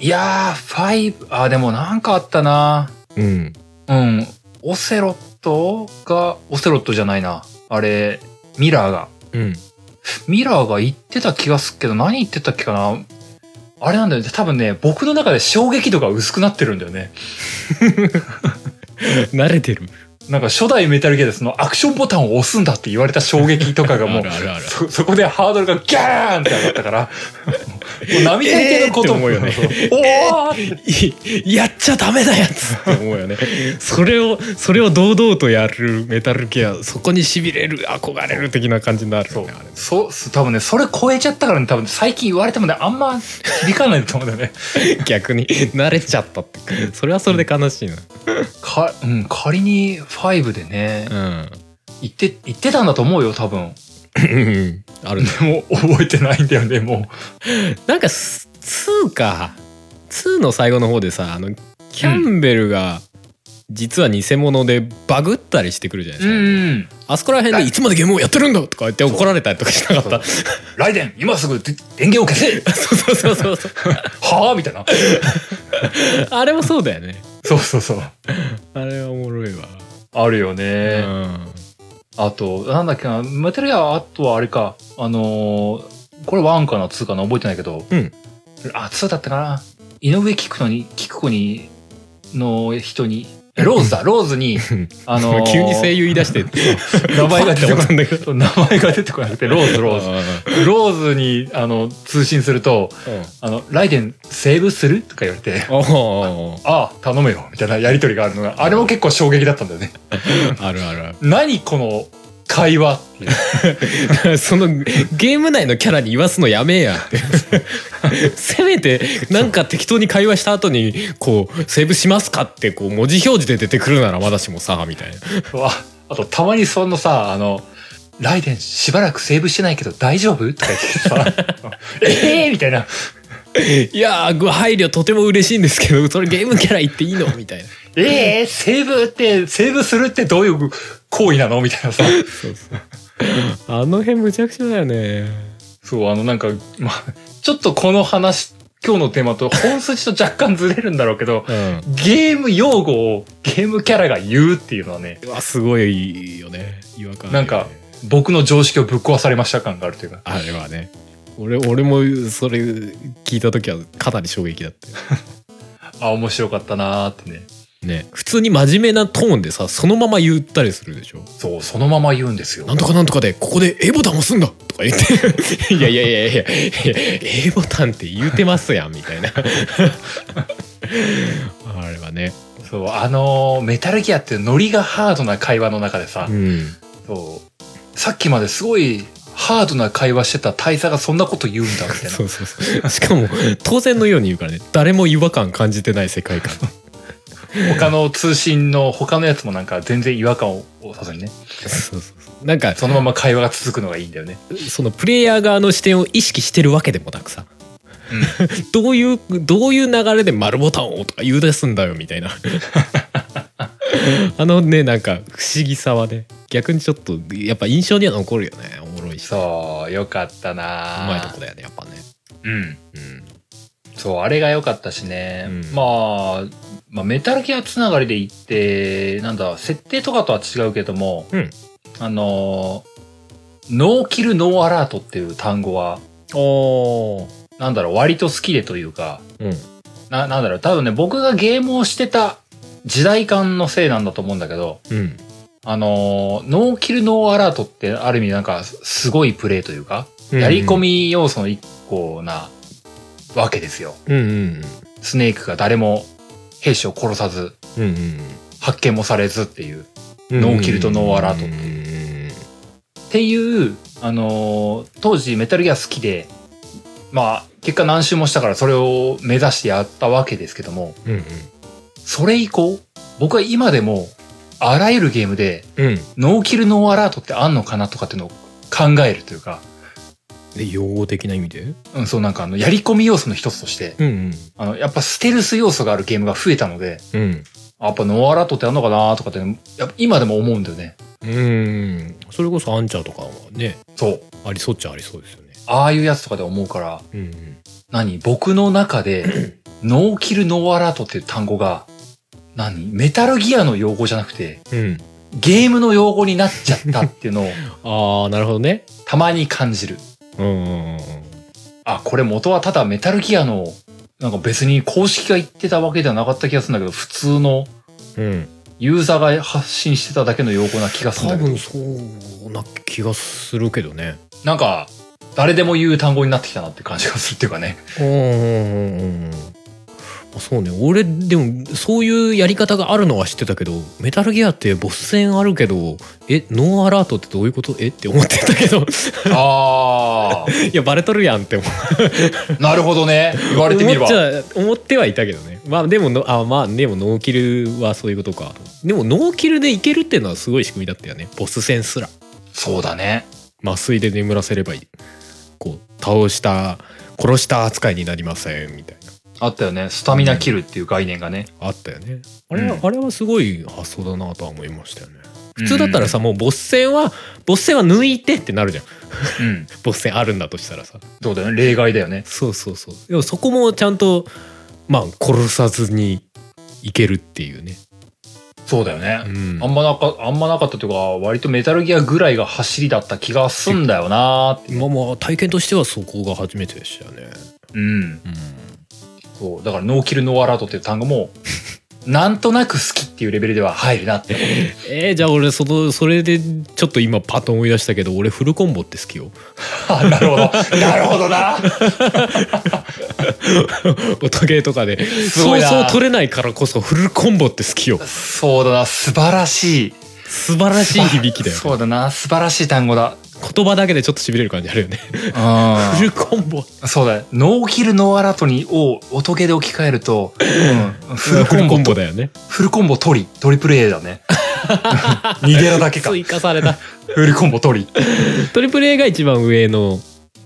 S1: いやー5あでもなんかあったな
S2: うん
S1: うんオセロットがオセロットじゃないなあれミラーが
S2: うん
S1: ミラーが言ってた気がすっけど何言ってたっけかなあれなんだよね多分ね僕の中で衝撃度が薄くなってるんだよね
S2: 慣れてる
S1: なんか初代メタルギアでそのアクションボタンを押すんだって言われた衝撃とかがも
S2: あ
S1: う
S2: るあるある
S1: そそこでハードルがギャーンって上がったからもう並々出ることも、
S2: えーって思
S1: おーって
S2: いやっちゃダメなやつって思うよねそれをそれを堂々とやるメタルギアそこにしびれる憧れる的な感じになるよねあれ
S1: そうそう多分ねそれ超えちゃったからね多分最近言われてもねあんま響かないと思うんだよね
S2: 逆に慣れちゃったってそれはそれで悲しいな
S1: か、うん、仮に5でね
S2: うん
S1: 言って言ってたんだと思うよ多分
S2: うんあるね
S1: でも覚えてないんだよねも
S2: なんかス2か2の最後の方でさあのキャンベルが実は偽物でバグったりしてくるじゃないうですか、
S1: ん
S2: あそこら辺で「いつまでゲームをやってるんだ!」とか言って怒られたりとかしなかった
S1: ライデン今すぐで電源を消 せ
S2: そうそうそうそうそう
S1: はあみたいな
S2: あれもそうだよね
S1: そうそうそう
S2: あれはおもろいわ、
S1: あるよね、あとなんだっけなメタルギアあとはあれかあのーこれ1かな2かな覚えてないけど、
S2: うん
S1: あ2だったかな井上菊子に菊子にの人にえローズだローズ に
S2: うん
S1: あのー
S2: 急に声優言い出して
S1: 名前が出てこな
S2: た んだけど
S1: い名前が出てこなくてローズローズローズにあの通信すると「あのライデンセーブする?」とか言われて
S2: おお
S1: 「ああ頼むよ」みたいなやり取りがあるのがあれも結構衝撃だったんだよね。
S2: あるある
S1: 何この会話っていう
S2: ある そのゲーム内のキャラに言わすのやめえや ってせめてなんか適当に会話した後にこうセーブしますかってこう文字表示で出てくるならまだしもさみたいな
S1: あ あとたまにそのさあの「ライデンしばらくセーブしてないけど大丈夫?」とか言ってさ 「ええー!」みたいない
S2: やーご配慮とても嬉しいんですけどそれゲームキャラ言っていい のみたいな
S1: 「ええー、セーブってセーブするってどういう行為なの?」みたいなさ
S2: そうそうあの辺むちゃくちゃだよね
S1: そうあのなんかまあちょっとこの話今日のテーマと本筋と若干ずれるんだろうけど
S2: うん
S1: ゲーム用語をゲームキャラが言うっていうのはね
S2: うわすごいよね違和感あるよね
S1: なんか僕の常識をぶっ壊されました感があるというか
S2: あれはね俺俺もそれ聞いた時はかなり衝撃だったよ
S1: あ面白かったなーってね
S2: ね普通に真面目なトーンでさそのまま言ったりするでしょ
S1: そうそのまま言うんですよ
S2: なんとかなんとかでここで A ボタン押すんだとか言って いやいやいやいやいや A ボタンって言うてますやんみたいな あれはね
S1: そうあのーメタルギアってノリがハードな会話の中でさ、
S2: うん
S1: そうさっきまですごいハードな会話してた大佐がそんなこと言うんだみたいな
S2: そうそうそうしかも当然のように言うからね誰も違和感感じてない世界観
S1: 他の通信の他のやつもなんか全然違和感をさずにね
S2: そうそうそうなんか
S1: そのまま会話が続くのがいいんだよね
S2: そのプレイヤー側の視点を意識してるわけでもなくさ、 どういうどういう流れで丸ボタンをとか言い出すんだよみた いなあのねなんか不思議さはね逆にちょっとやっぱ印象には残るよねおもろいしう
S1: そうよかったなー
S2: まいとこだよねやっぱね
S1: うん
S2: うん
S1: そうあれが良かったしね、
S2: うん
S1: まあまあメタルギアつながりで言ってなんだ設定とかとは違うけども、
S2: うん
S1: あのノーキルノーアラートっていう単語は
S2: お
S1: なんだろう割と好きでというか
S2: うん
S1: ななんだろう多分ね僕がゲームをしてた時代感のせいなんだと思うんだけど
S2: うん
S1: あのノーキルノーアラートってある意味なんかすすごいプレイというか、やり込み要素の一個なわけですよ。
S2: うんうん
S1: スネークが誰も兵士を殺さず、
S2: うんうんうん
S1: 発見もされずっていう、
S2: うん
S1: ノーキルとノーアラート
S2: うんうん
S1: っていう、あのー当時メタルギア好きで、まあ、結果何周もしたからそれを目指してやったわけですけども、
S2: うん
S1: それ以降、僕は今でも、あらゆるゲームで、
S2: うんうん
S1: ノーキルノーアラートってあんのかなとかっていうのを考えるというか、
S2: で用語的な意味で
S1: うん、そうなんかあの、やり込み要素の一つとして、
S2: うん
S1: あの、やっぱステルス要素があるゲームが増えたので、
S2: うんうん
S1: やっぱノーアラートってあんのかなとかって、やっぱ今でも思うんだよね。
S2: うんそれこそアンチャーとかはね
S1: そう。
S2: ありそうっちゃありそうですよね。
S1: ああいうやつとかで思うから、
S2: うん
S1: 何僕の中 で、ノーキルノーアラートっていう単語が、何メタルギアの用語じゃなくて、
S2: うん、
S1: ゲームの用語になっちゃったっていうのを
S2: ああなるほどね。
S1: たまに感じる。
S2: うんうんうん
S1: あ、これ元はただメタルギアの、なんか別に公式が言ってたわけではなかった気がするんだけど、普通の
S2: うん、
S1: ユーザーが発信してただけの用語な気がするん
S2: 多
S1: だけど、
S2: 分そうな気がするけどね。
S1: なんか、誰でも言う単語になってきたなって感じがするっていうか ね。
S2: うんうんうんうんまあそうね俺でもそういうやり方があるのは知ってたけどメタルギアってボス戦あるけどえノーアラートってどういうことえって思ってたけど
S1: あー、
S2: いやバレとるやんって思
S1: なるほどね。言われてみれ
S2: 思
S1: ば
S2: っち。ゃ思ってはいたけどねまあでものあまあでもノーキルはそういうことかでもノーキルでいけるっていうのはすごい仕組みだったよねボス戦すら
S1: そうだね。
S2: 麻酔で眠らせればいいこう倒した殺した扱いになりませんみたいな
S1: あったよね。スタミナ切るっていう概念がね。
S2: あったよねあれは、
S1: うん
S2: あれはすごい発想だなとは思いましたよね普通だったらさ、もうボス戦はボス戦は抜いてってなるじゃん
S1: うん、うん。
S2: ボス戦あるんだとしたらさ
S1: そうだよね。例外だよね。
S2: そうそうそうでもそこもちゃんとまあ殺さずにいけるっていうね
S1: そうだよね。
S2: うん
S1: あんまなか、あんまなかったというか、割とメタルギアぐらいが走りだった気がすんだよなーって。
S2: まあまあ体験としてはそこが初めてでしたよね
S1: うん。
S2: うん
S1: そう。だから、ノーキルノーアラートっていう単語 も、なんとなく好きっていうレベルでは入るなって。
S2: えー、じゃあ俺そのそれでちょっと今パッと思い出したけど俺フルコンボって好きよ
S1: あなるほど。なるほどな。
S2: 音ゲーとかですそ
S1: ご
S2: う
S1: いな
S2: そう取れないからこそフルコンボって好きよ
S1: そうだな。素晴らしい。
S2: 素晴らしい響きだよね
S1: そうだな。素晴らしい単語 だ。
S2: 言葉だけでちょっと痺れる感じあるよね。フ
S1: う
S2: ルコンボ。
S1: ん。そうだよ。ノーキルノーアラートに、を音ゲーで置き換えると、 うん、フルコンボと、
S2: だよね。
S1: フルコンボ取り、トリプル A だ ね。逃げらだけか。
S2: 追加された。
S1: フルコンボ取り。
S2: トリプル A が一番上の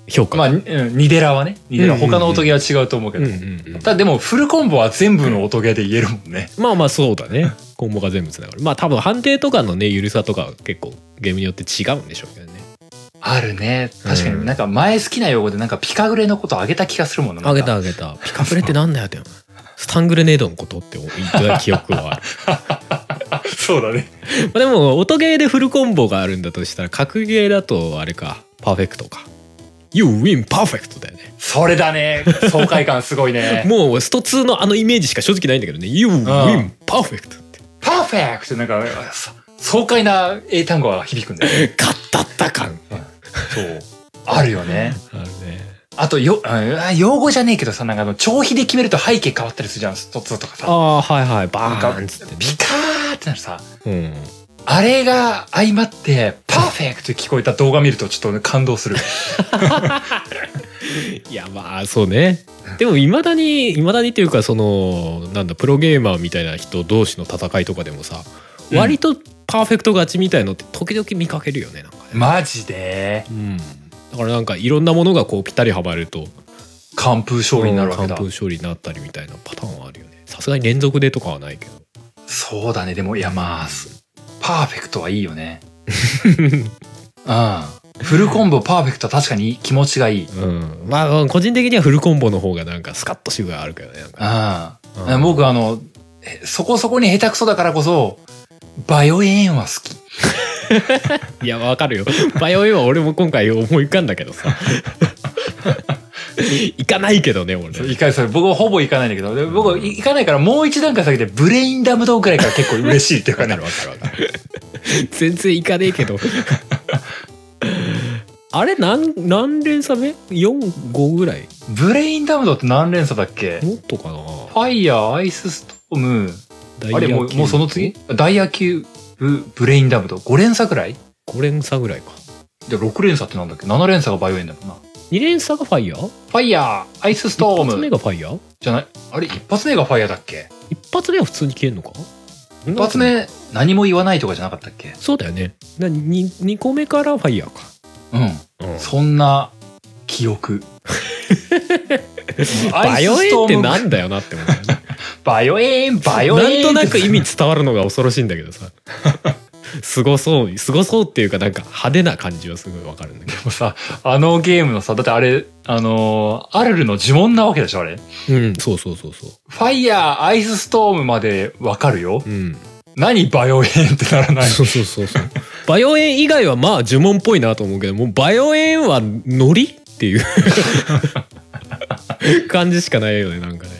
S2: 評価。
S1: まあ、にうんニデラはね。ニデラ。
S2: うんうんうん
S1: 他の音ゲーは違うと思うけ
S2: うん
S1: ど。
S2: うんうん
S1: ただでも、フルコンボは全部の音ゲーで言えるもんね。
S2: まあまあそうだ ね。コンボが全部つながる。まあ多分判定とかのね、ゆるさとかは結構ゲームによって違うんでしょうけどね。
S1: あるね。確か
S2: う
S1: に
S2: ん
S1: なんか前好きな用語でなんかピカグレの ことあげた気がするもんななん
S2: あ
S1: か
S2: げたあげた。ピカプレってなんだよって。スタングレネードのことって言った記憶 はある。
S1: そうだね。
S2: まあでも、音ゲーでフルコンボがあるんだとしたら、格ゲーだとあれか、パーフェクトか。You win perfect だよね。
S1: それだね。爽快感すごいね。
S2: もうスト2のあのイメージしか正直ないんだけどね「You
S1: あ
S2: win perfect」って
S1: パーフェクトなんか、そ爽快な英単語が響くんだよね。
S2: 「勝ったった感
S1: そう。あるよね。」
S2: あるね
S1: あと、よ、あ用語じゃねえけどさ、なんかあの、調比で決めると背景変わったりするじゃん、スト2とかさ。
S2: ああーはいはいバ
S1: なん
S2: ー
S1: か
S2: ンっつってね
S1: ピカーってなるさ。
S2: うん、
S1: あれが相まって、パーフェクト聞こえた動画見るとちょっとね感動す る。
S2: いやまあそうねでもいまだにいまだにっていうかそのなんだプロゲーマーみたいな人同士の戦いとかでもさ
S1: うん
S2: 割とパーフェクト勝ちみたいのって時々見かけるよねなんかね、
S1: マジで
S2: うん、だからなんかいろんなものがこうぴったりはまると
S1: 完封勝利になるわけだ
S2: 完封。勝利になったりみたいなパターンはあるよねさすがに連続でとかはないけど
S1: そうだね。でも、いやまあ、すパーフェクトはいいよ ね。うん。フルコンボパーフェクトは確かに気持ちがいい。うん。
S2: うん、まあ個人的にはフルコンボの方がなんかスカッとしがあるけどねなんかうん
S1: 僕あの、えそこそこに下手くそだからこそ、バイオエーンは好き。
S2: いやわかるよバイオエは俺も今回思い浮かんだけど さ行かないけどね俺
S1: 一回それ、僕はほぼ行かないんだけど、で僕は行かないからもう一段階先でブレインダムドーぐらいから結構嬉しいっていうか
S2: わか
S1: ね
S2: る。わかるわかる全然行かねえけどあれ何何連鎖目 ?45 ぐらい
S1: ブレインダムドーって何連鎖だっけ
S2: もっとか
S1: フ
S2: な
S1: ァイヤー、アイスストーム、
S2: ダイヤ
S1: あれもう
S2: キューブ
S1: もうその次ダイヤキューブ、ブレインダムドー、5連鎖くらい
S2: 5連鎖ぐらいか
S1: で、6連鎖ってなんだっけ ?7 連鎖がバイオエンだもんな。フ
S2: 2連鎖がファイヤー
S1: ァイヤー、アイススト
S2: 一
S1: ー
S2: 発目
S1: ム。
S2: がファイヤー
S1: じゃないあれ、一発目がファイヤーだっけ
S2: 一発目は普通に消えんのか
S1: 一発目、何も言わないとかじゃなかったっけ
S2: そうだよね。な 2, 2個目からファイヤーか。
S1: うん。
S2: うん
S1: そんな、記 憶。
S2: バイオエーンってな
S1: なん
S2: だよなって思うよね。
S1: バイオエーン、バイオエーン
S2: なん
S1: って
S2: となく意味伝わるのが恐ろしいんだけ どさ。すごそう、すごそうっていうかなんか派手な感じはすごいわかるんだけど。
S1: もうさ、あのゲームのさ、だってあれ、あのーアルルの呪文なわけでしょ、あれ。
S2: うん、そうそうそうそう。
S1: ファイヤー、アイスストームまでわかるよ。
S2: うん。
S1: 何バイオエーンってならない。
S2: そうそうそうそう。バイオエーン以外はまあ呪文っぽいなと思うけど、もうバイオエーンはノリっ ていう感じしかないよねなんかね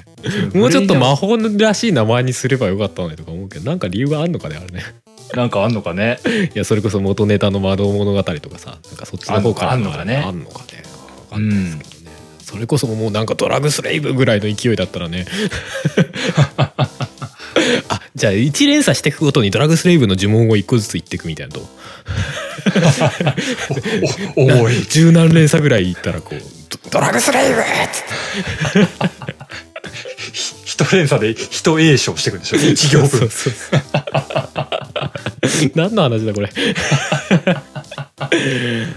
S2: もうちょっと魔法らしい名前にすればよかったのにとか思うけどなんか理由があんのかねあれね
S1: なんかあんのかね
S2: いやそれこそ元ネタの魔導物語とかさなんかそっちの方から
S1: あんのかね
S2: あんのかねわかんないですけどね、それこそもうなんかドラグスレイブぐらいの勢いだったら ねあじゃあ一連鎖していくごとにドラグスレイブの呪文を一個ずつ言っていくみたいなと
S1: おおい
S2: 十何連鎖ぐらいいったらこうド「ドラグスレイブ!」っつって
S1: 一連鎖で一栄唱してくんでしょ一行
S2: そう
S1: 分
S2: そう そう何の話だこれ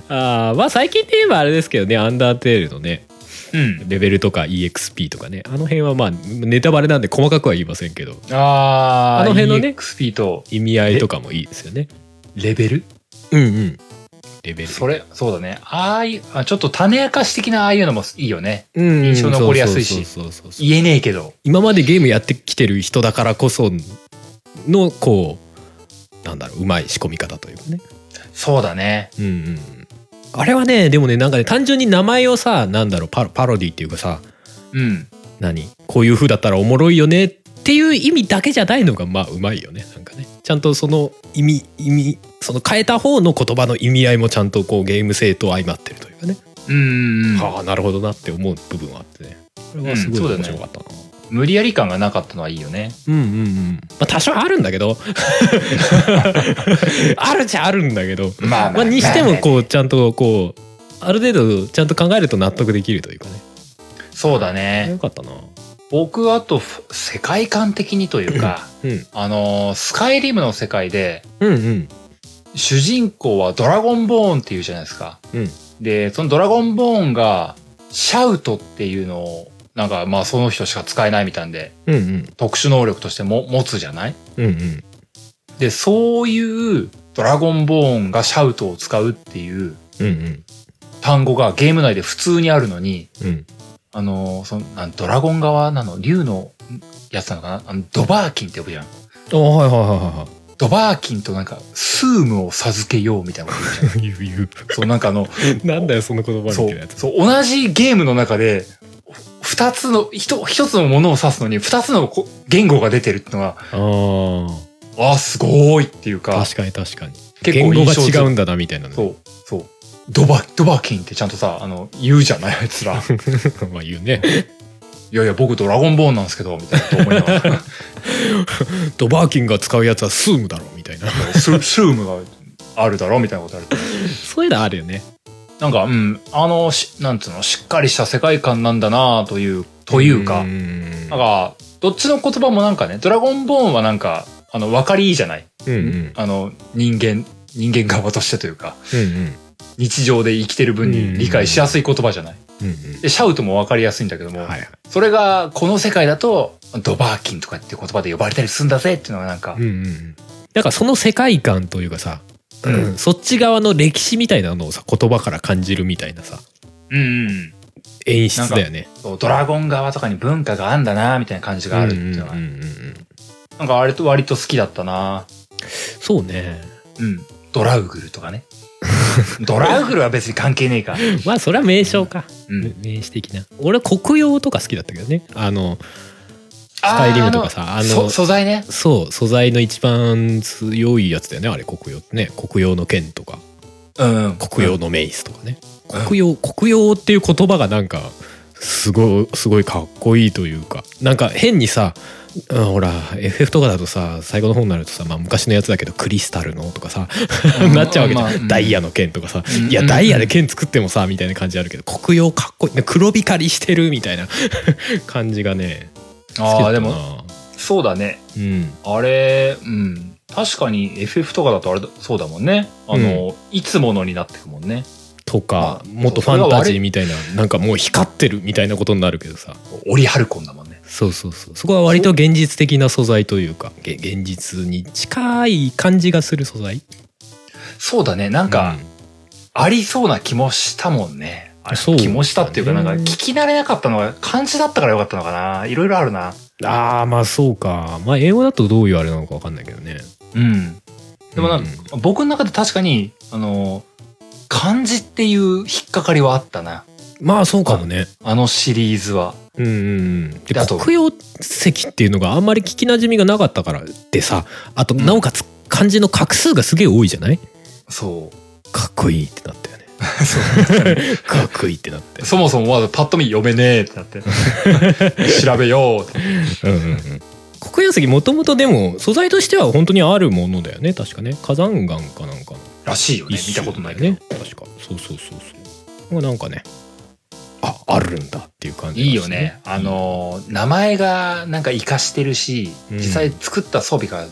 S2: あーまあ最近って言えばあれですけどね「アンダーテール」のね
S1: うん
S2: レベルとか EXP とかねあの辺はまあネタバレなんで細かくは言いませんけど
S1: あー
S2: あの辺のね
S1: EXP と
S2: 意味合いとかもいいですよね
S1: レベル
S2: うんうんレベル
S1: それそうだねああいうあちょっと種明かし的なああいうのもいいよね
S2: うん
S1: 印象残りやすいし
S2: そうそうそうそうそう
S1: 言えねえけど
S2: 今までゲームやってきてる人だからこそのこうなんだろううまい仕込み方というかね
S1: そうだね
S2: うんうんうんあれはねでもねなんかね単純に名前をさなんだろうパロパロディっていうかさ
S1: うん
S2: 何こういう風だったらおもろいよねっていう意味だけじゃないのがまあうまいよねなんかねちゃんとその意味意味その変えた方の言葉の意味合いもちゃんとこうゲーム性と相まってるというかね、
S1: うん
S2: ああなるほどなって思う部分はあってねこれはすごい
S1: うんそうだね
S2: 面白かったな、
S1: 無理やり感がなかったのはいいよね
S2: うんうんうんまあ多少あるんだけどあるっちゃあるんだけど
S1: まあ
S2: まあにしてもこうちゃんとこうある程度ちゃんと考えると納得できるというかね
S1: そうだね
S2: よかったな
S1: 僕あとふ世界観的にという か
S2: うん
S1: あのースカイリムの世界で
S2: うんうん
S1: 主人公はドラゴンボーンっていうじゃないですか
S2: うん
S1: でそのドラゴンボーンがシャウトっていうのをなんかまあその人しか使えないみたいんで
S2: うんうん
S1: 特殊能力としても持つじゃない
S2: うんうん
S1: でそういうドラゴンボーンがシャウトを使うっていう
S2: うんうん
S1: 単語がゲーム内で普通にあるのに
S2: うん
S1: あのーそのなんドラゴン側なの竜のやつなのかなあのドバーキンって呼ぶじゃん
S2: あはいはいはいはいはい
S1: ドバーキンとなんかスームを授けようみたいなこと言うじゃん
S2: 言う言
S1: そうなんか あの
S2: うなんだよその言葉みた
S1: そ
S2: いな
S1: う
S2: やつ
S1: そう同じゲームの中で二つの一一つのものを指すのに二つのこ言語が出てるってのは
S2: あ
S1: あーすごいっていう
S2: あ
S1: か
S2: 確かに確かに
S1: 結構
S2: 言語
S1: 印
S2: が
S1: 象強い
S2: 違うんだなみたいなね
S1: そうそうドバドバキンってちゃんとさあの言うじゃないあい つらい
S2: まあ言うね
S1: やいや僕ドラゴンボーンなんですけどみたいなこと思いなが ら
S2: ドバーキンが使うやつはスームだろみたいな
S1: ススームがあるだろみたいなことある
S2: そういうのあるよね
S1: なんかうんあのしなんつうのしっかりした世界観なんだなというというか
S2: ん
S1: なんか、どっちの言葉もなんかね、ドラゴンボーンはなんか、あの、分かりいいじゃない。
S2: うんうん
S1: あの、人間、人間側としてというか、
S2: うんうん
S1: 日常で生きてる分
S2: うん
S1: に理解しやすい言葉じゃない。
S2: うん
S1: で、シャウトも分かりやすいんだけども、
S2: うんはいはい
S1: それが、この世界だと、ドバーキンとかっていう言葉で呼ばれたりするんだぜっていうのがなんか、
S2: うんうんうんなんかその世界観というかさ、
S1: うん
S2: そっち側の歴史みたいなのをさ言葉から感じるみたいなさ
S1: うん、うん
S2: 演出だよね。
S1: そうドラゴン側とかに文化があんだなみたいな感じがあるっていうのは、
S2: うんうんうんうん
S1: なんかあれと割と好きだったな
S2: そうね
S1: うん。ドラウグルと かね。ドラウグルは別に関係ねえか。
S2: まあそれは名称か、
S1: うん。
S2: 名詞的な俺は黒曜とか好きだったけどねあの
S1: ス
S2: スカイリムとかさあの
S1: そ素材ね。
S2: そう素材の一番強いやつだよねあれ黒曜ってね黒曜の剣とか
S1: うんうん。
S2: 黒曜のメイスとかね、
S1: うん
S2: 黒曜黒曜っていう言葉がなんかすごいすごいかっこいいというかなんか変にさ、うんほら FF とかだとさ最後の方になるとさ、まあ、昔のやつだけどクリスタルのとかさなっちゃうわけじゃん、
S1: まあうん
S2: ダイヤの剣とかさ、
S1: うん
S2: いや
S1: うん
S2: ダイヤで剣作ってもさみたいな感じあるけど黒曜かっこいいね黒光りしてるみたいな 感じがね好き
S1: あ
S2: だ
S1: あ、
S2: っ
S1: で
S2: たな
S1: も、そうだね。
S2: うん
S1: あれ、うん。確かに FF とかだとあれだ、そうだもんね。あの、いつものになってくもんね。
S2: とか、
S1: まあ
S2: もっとファンタジーみたいななんかもう光ってるみたいなことになるけどさ
S1: オリハルコンだもんね。
S2: そうそうそうそこは割と現実的な素材というかげ現実に近い感じがする素材
S1: そうだね。なんか、ありそうな気もしたもんね。あれ
S2: そうだね
S1: 気もしたっていうか、なんか聞き慣れなかったのが漢字だったからよかったのかな。いろいろあるな。
S2: うんああまあそうかまあ英語だとどういうあれなのか分かんないけどね
S1: うん。でもなんか、
S2: う
S1: 僕の中で確かに、あの、漢字っていう引っかかりはあったな。
S2: まあそうかもね。
S1: あのシリーズは。
S2: うんうんうん、で
S1: であと
S2: 黒曜石っていうのがあんまり聞きなじみがなかったからでさあとなおかつ漢字の画数がすげえ多いじゃない
S1: そ
S2: かっこいいってなったよねかっこいいってなって
S1: う。そもそもまだパッと見読めねえってな って。調べようって。
S2: うんうんうん黒曜石もともとでも素材としては本当にあるものだよね確かね火山岩かなんから
S1: しいよね。見
S2: 一
S1: た
S2: 種
S1: ことないけど。
S2: ね確かそうそうそうそうもうなんかねああるんだっていう感じ
S1: い
S2: なん
S1: い
S2: で
S1: よ
S2: す
S1: ね。あのー、名前がなんか活かしてるし、
S2: うん
S1: 実際作った装備が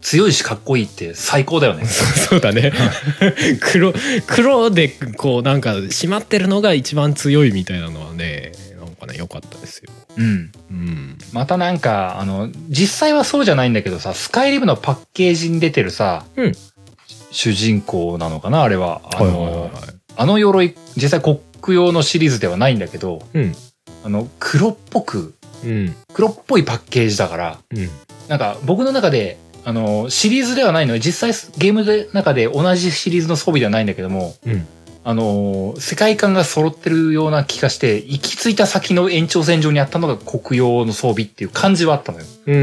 S1: 強いしかっこいいって最高だよね。
S2: そうだね 黒黒でこうなんか締まってるのが一番強いみたいなのはねなんかね良かったですよ。
S1: うん。
S2: うん、
S1: またなんか、あの、実際はそうじゃないんだけどさ、スカイリムのパッケージに出てるさ、
S2: うん
S1: 主人公なのかなあれは。あのー
S2: い
S1: あの鎧、実際コック用のシリーズではないんだけど、
S2: うん
S1: あの、黒っぽく、
S2: うん
S1: 黒っぽいパッケージだから、
S2: うん
S1: なんか僕の中で、あの、シリーズではないので、実際ゲームの中で同じシリーズの装備ではないんだけども、
S2: うん
S1: あの、世界観が揃ってるような気がして、行き着いた先の延長線上にあったのが国用の装備っていう感じはあったのよ。
S2: うんう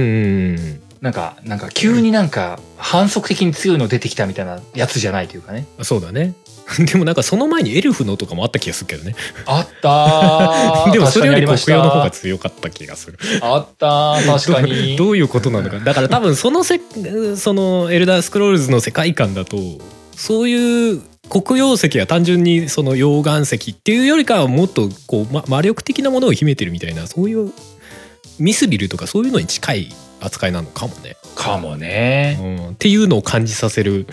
S2: ん
S1: なんか、なんか急になんか反則的に強いの出てきたみたいなやつじゃないというかね。
S2: うんそうだね。 でもなんかその前にエルフのとかもあった気がするけどね。
S1: あ ったー
S2: でもそれより
S1: 確か
S2: 黒
S1: に
S2: 曜
S1: ありました
S2: の方が強かった気がする。
S1: あったー確かに。
S2: どういうことなのか。だから多分そのせそのエルダースクロールズの世界観だとそういう黒曜石は単純にその溶岩石っていうよりかはもっとこう、ま、魔力的なものを秘めてるみたいなそういうミスビルとかそういうのに近い扱いなのかもね。
S1: かもね。
S2: うん、っていうのを感じさせる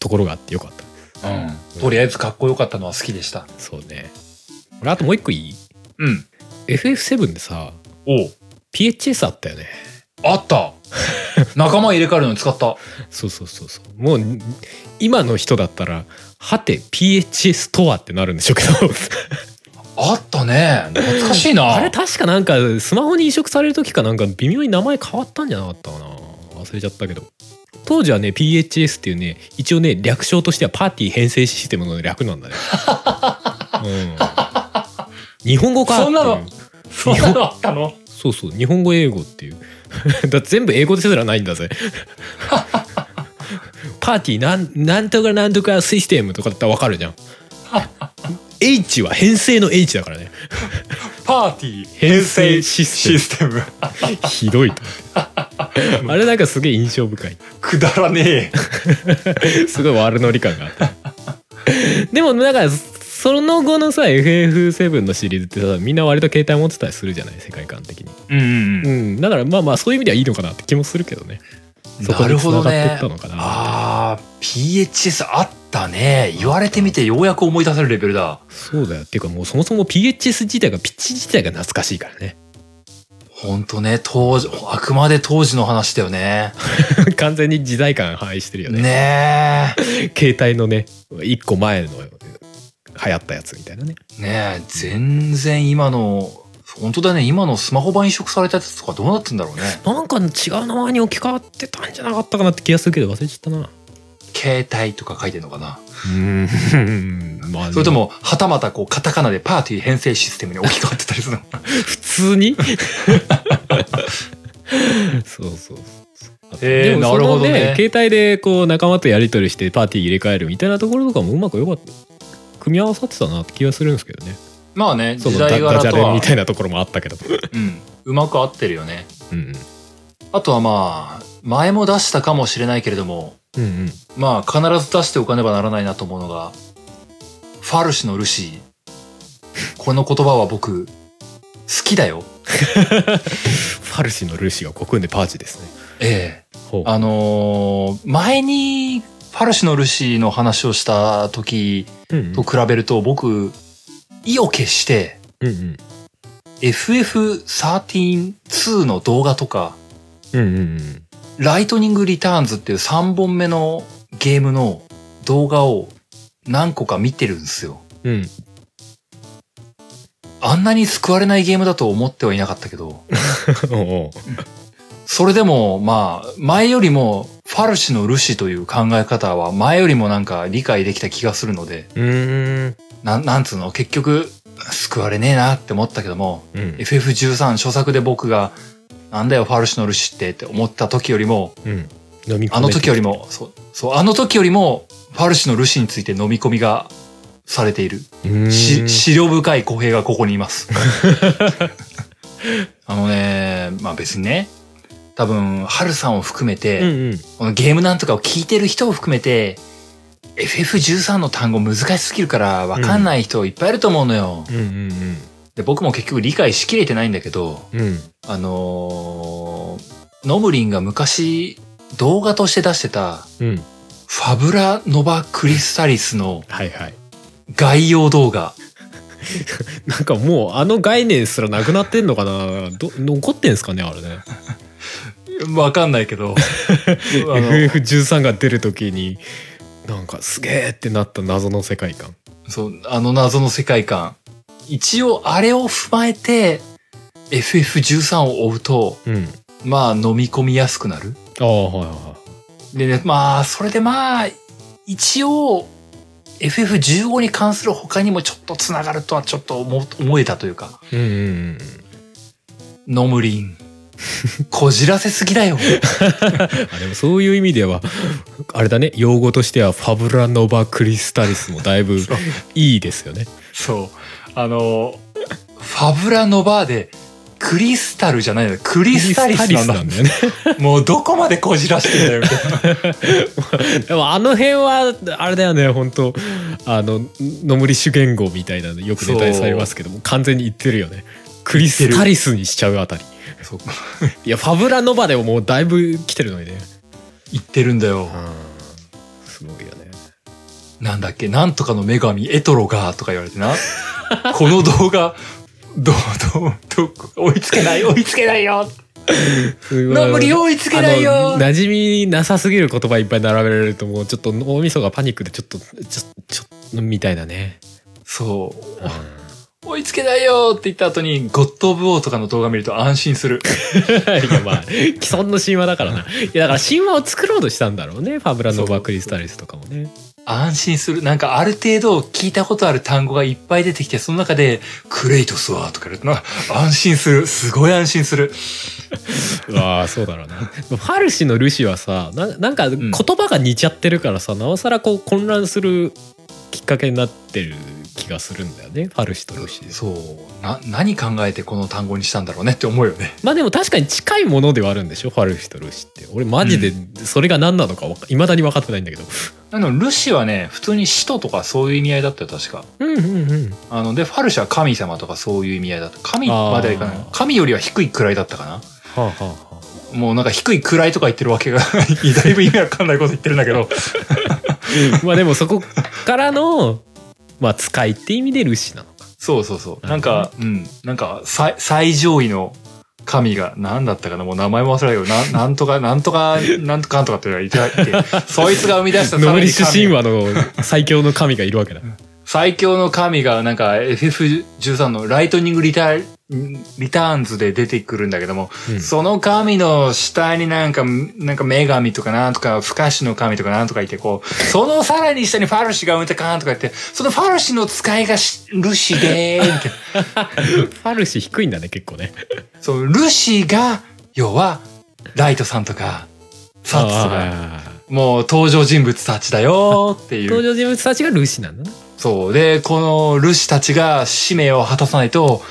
S2: ところがあってよかった。
S1: うん。とりあえずかっこよかったのは好きでした。
S2: そうね。俺あともう一個いい
S1: うん。
S2: ?FF7 でさ
S1: おう
S2: PHS あったよね。
S1: あった仲間入れ替えるのに使った。
S2: そうそうそうそうもう今の人だったらはて PHS とはってなるんでしょうけど
S1: あったね。懐かしい
S2: あ
S1: な。
S2: れ確かなんかスマホに移植される時かなんか微妙に名前変わったんじゃなかったかな忘れちゃったけど当時はね PHS っていうね一応ね略称としてはパーティー編成システムの略な んだね、うん、日本語かっ
S1: そ
S2: ていう
S1: んなのそんなのあったの
S2: そうそう日本語英語っていう だって全部英語ですらないん だぜパーティーなんなんとかなんとかシステムとかだったらわかるじゃん H は編成の H だからね
S1: パーティー
S2: 編成シ
S1: シ
S2: ス
S1: ステム。
S2: テムひど いとあれなんかすげえ印象深い
S1: くだらねえ。
S2: すごい悪ノリ感があったでもだからその後のさ FF7 のシリーズってさみんな割と携帯持ってたりするじゃない世界観的に
S1: うん
S2: う。んだからまあまあそういう意味ではいいのかなって気もするけどねそこ
S1: な
S2: に
S1: るほ
S2: 繋
S1: ど
S2: がってい
S1: ね
S2: った。のかな
S1: あー、PHS あったね。言われてみてようやく思い出せるレベルだ。
S2: そうだよっていうかもうそもそも PHS 自体がピッチ自体が懐かしいからね
S1: ほんとね、当時、あくまで当時の話だよね。
S2: 完全に時代感廃してるよね
S1: ねえ。
S2: 携帯のね一個前の流行ったやつみたいなね
S1: ねえ、全然今の、本当だね、今のスマホ版移植されたやつとかどうなってんだろうね。
S2: なんか違う名前に置き換わってたんじゃなかったかなって気がするけど忘れちゃったな
S1: 携帯とか書いてんのかな
S2: うんまあ
S1: それとも、はたまたこう、カタカナでパーティー編成システムに置き換わってたりするの
S2: 普 通にそうそうそう
S1: えー
S2: でも
S1: なるほどね
S2: その携帯でこう仲間とやり取りしてパーティー入れ替えるみたいなところとかもうまくよかった組み合わさってたなって気がするんですけどね
S1: まあね、
S2: その
S1: 時
S2: ダ
S1: 代柄
S2: ダジャ
S1: と
S2: レ
S1: は
S2: み、たいなところもあったけど
S1: うん、うまく合ってるよね。
S2: うん
S1: あとはまあ、前も出したかもしれないけれども、
S2: うんうん
S1: まあ、必ず出しておかねばならないなと思うのが、ファルシのルシー。この言葉は僕、好きだよ。
S2: ファルシのルーシーが国んでパーチですね
S1: ええ
S2: ほう
S1: あのー前にパルシのルシーの話をした時
S2: うんうん
S1: と比べると僕、意を決して
S2: うんうん
S1: FF132 の動画とか、
S2: うんうん
S1: ライトニングリターンズっていう3本目のゲームの動画を何個か見てるんですよ。
S2: うんうん
S1: あんなに救われないゲームだと思ってはいなかったけど、
S2: おう
S1: それでもまあ、前よりもファルシのルシーという考え方は前よりもなんか理解できた気がするので、
S2: うーん
S1: なん、なんつうの、結局、救われねえなって思ったけども、
S2: うん
S1: FF13 初作で僕が、なんだよ、ファルシュのルシってって思った時よりも、
S2: うん飲み込めて
S1: あの時よりも、そう、そう、あの時よりも、ファルシュのルシについて飲み込みがされている。
S2: うーん
S1: し、資料深い小平がここにいます。 あのね、まあ別にね、多分、ハルさんを含めて、
S2: うんうん
S1: このゲームなんとかを聞いてる人を含めて、FF13 の単語難しすぎるから分かんない人いっぱいいると思うのよ。
S2: うん
S1: で僕も結局理解しきれてないんだけど、
S2: うんうん
S1: あのーノブリンが昔動画として出してた、
S2: うんうん
S1: ファブラ・ノバ・クリスタリスの
S2: はいはい
S1: 概要動画。
S2: なんかもうあの概念すらなくなってんのかなど残ってんすかねあれね
S1: わかんないけど。あの
S2: FF13 が出る時になんかすげえってなった謎の世界観
S1: そう、あの謎の世界観。一応あれを踏まえて、FF13 を追うと、
S2: うん
S1: まあ飲み込みやすくなる。
S2: ああはいは
S1: でね、まあ、それでまあ、一応、FF15 に関する他にもちょっとつながるとはちょっと思思えたというか、
S2: いうんうんうん
S1: ノムリン、こじらせすぎだよ。
S2: あでもそういう意味ではあれだね用語としてはファブラノバクリスタリスもだいぶ
S1: そう
S2: いいですよね
S1: そう。あの、ファブラノバーで、クリスタルじゃないのクリスタリスなんだ。
S2: クリスタリスなんだよね
S1: もうどこまでこじらしてんだよ、みたいな。
S2: でもあの辺はあれだよね本当あの野村主言語みたいなのよくネタにされますけども完全に言ってるよねクリスタリスにしちゃうあたり
S1: そう、
S2: いやファブラノバでももうだいぶ来てるのにね
S1: 言ってるんだよ。
S2: すごいよね
S1: なんだっけ、なんとかの女神、エトロが、とか言われてな。この動画、どう、どう、どう、追いつけない、追いつけないよな無理追いつけない
S2: あ
S1: よ
S2: の馴染みなさすぎる言葉いっぱい並べられるともうちょっと脳みそがパニックでちょっとちょちょっとみたいなね、
S1: そう
S2: うん。
S1: 追いつけないよって言った後に、ゴッド・オブ・オーとかの動画見ると安心する。
S2: いやまあ既存の神話だからないやだから神話を作ろうとしたんだろうねファブラノバ・クリスタリスとかもね
S1: 安心する。なんかある程度聞いたことある単語がいっぱい出てきて、その中で、クレイトスは、とか言うとな、安心する。すごい安心する。
S2: ああそうだろうなファルシのルシはさななんか言葉が似ちゃってるからさ、なおさらこう混乱するきっかけになってる気がするんだよねファルシとルシ
S1: そう。な、何考えてこの単語にしたんだろうねって思うよね。
S2: まあでも確かに近いものではあるんでしょファルシとルシって俺マジでそれが何なのかいまだに分かってないんだけど
S1: あの、ルシはね、普通に使徒とかそういう意味合いだったよ、確か。
S2: うん うんうん
S1: あの、で、ファルシは神様とかそういう意味合いだった。神まではいかない
S2: あー。
S1: 神よりは低い位だったかな。
S2: はあはあは
S1: もうなんか低い位とか言ってるわけがだい ぶ意味わかんないこと言ってるんだけど。
S2: あまあでもそこからのまあ使いって意味でルシなのか
S1: そうそうそう。
S2: な
S1: なんん
S2: か
S1: か、うん。なんか、最、最上位の神が、なんだったかなもう名前も忘れないけど、ななんとか、なんとか、なんとかなんとかっていうのがいたって、そいつが生み出 した
S2: ノブリッシュ
S1: 神
S2: 神話の最強の神がいるわけだ
S1: 最強の神が、なんか FF13 のライトニングリターンリターンズで出てくるんだけども、
S2: うん
S1: その神の下になんか、なんか女神とかなんとか、不可視の神とかなんとかいて、こう、そのさらに下にファルシが生んだかんとか言って、そのファルシの使いがしルシでー、みたいな。
S2: ファルシ低いんだね結構ね
S1: そのルシが、要は、ライトさんとか、サッツとか、
S2: あー
S1: もう登場人物たちだよーっていう
S2: 登。場人物たちがルシなんだな
S1: そう。で、このルシたちが使命を果たさないと、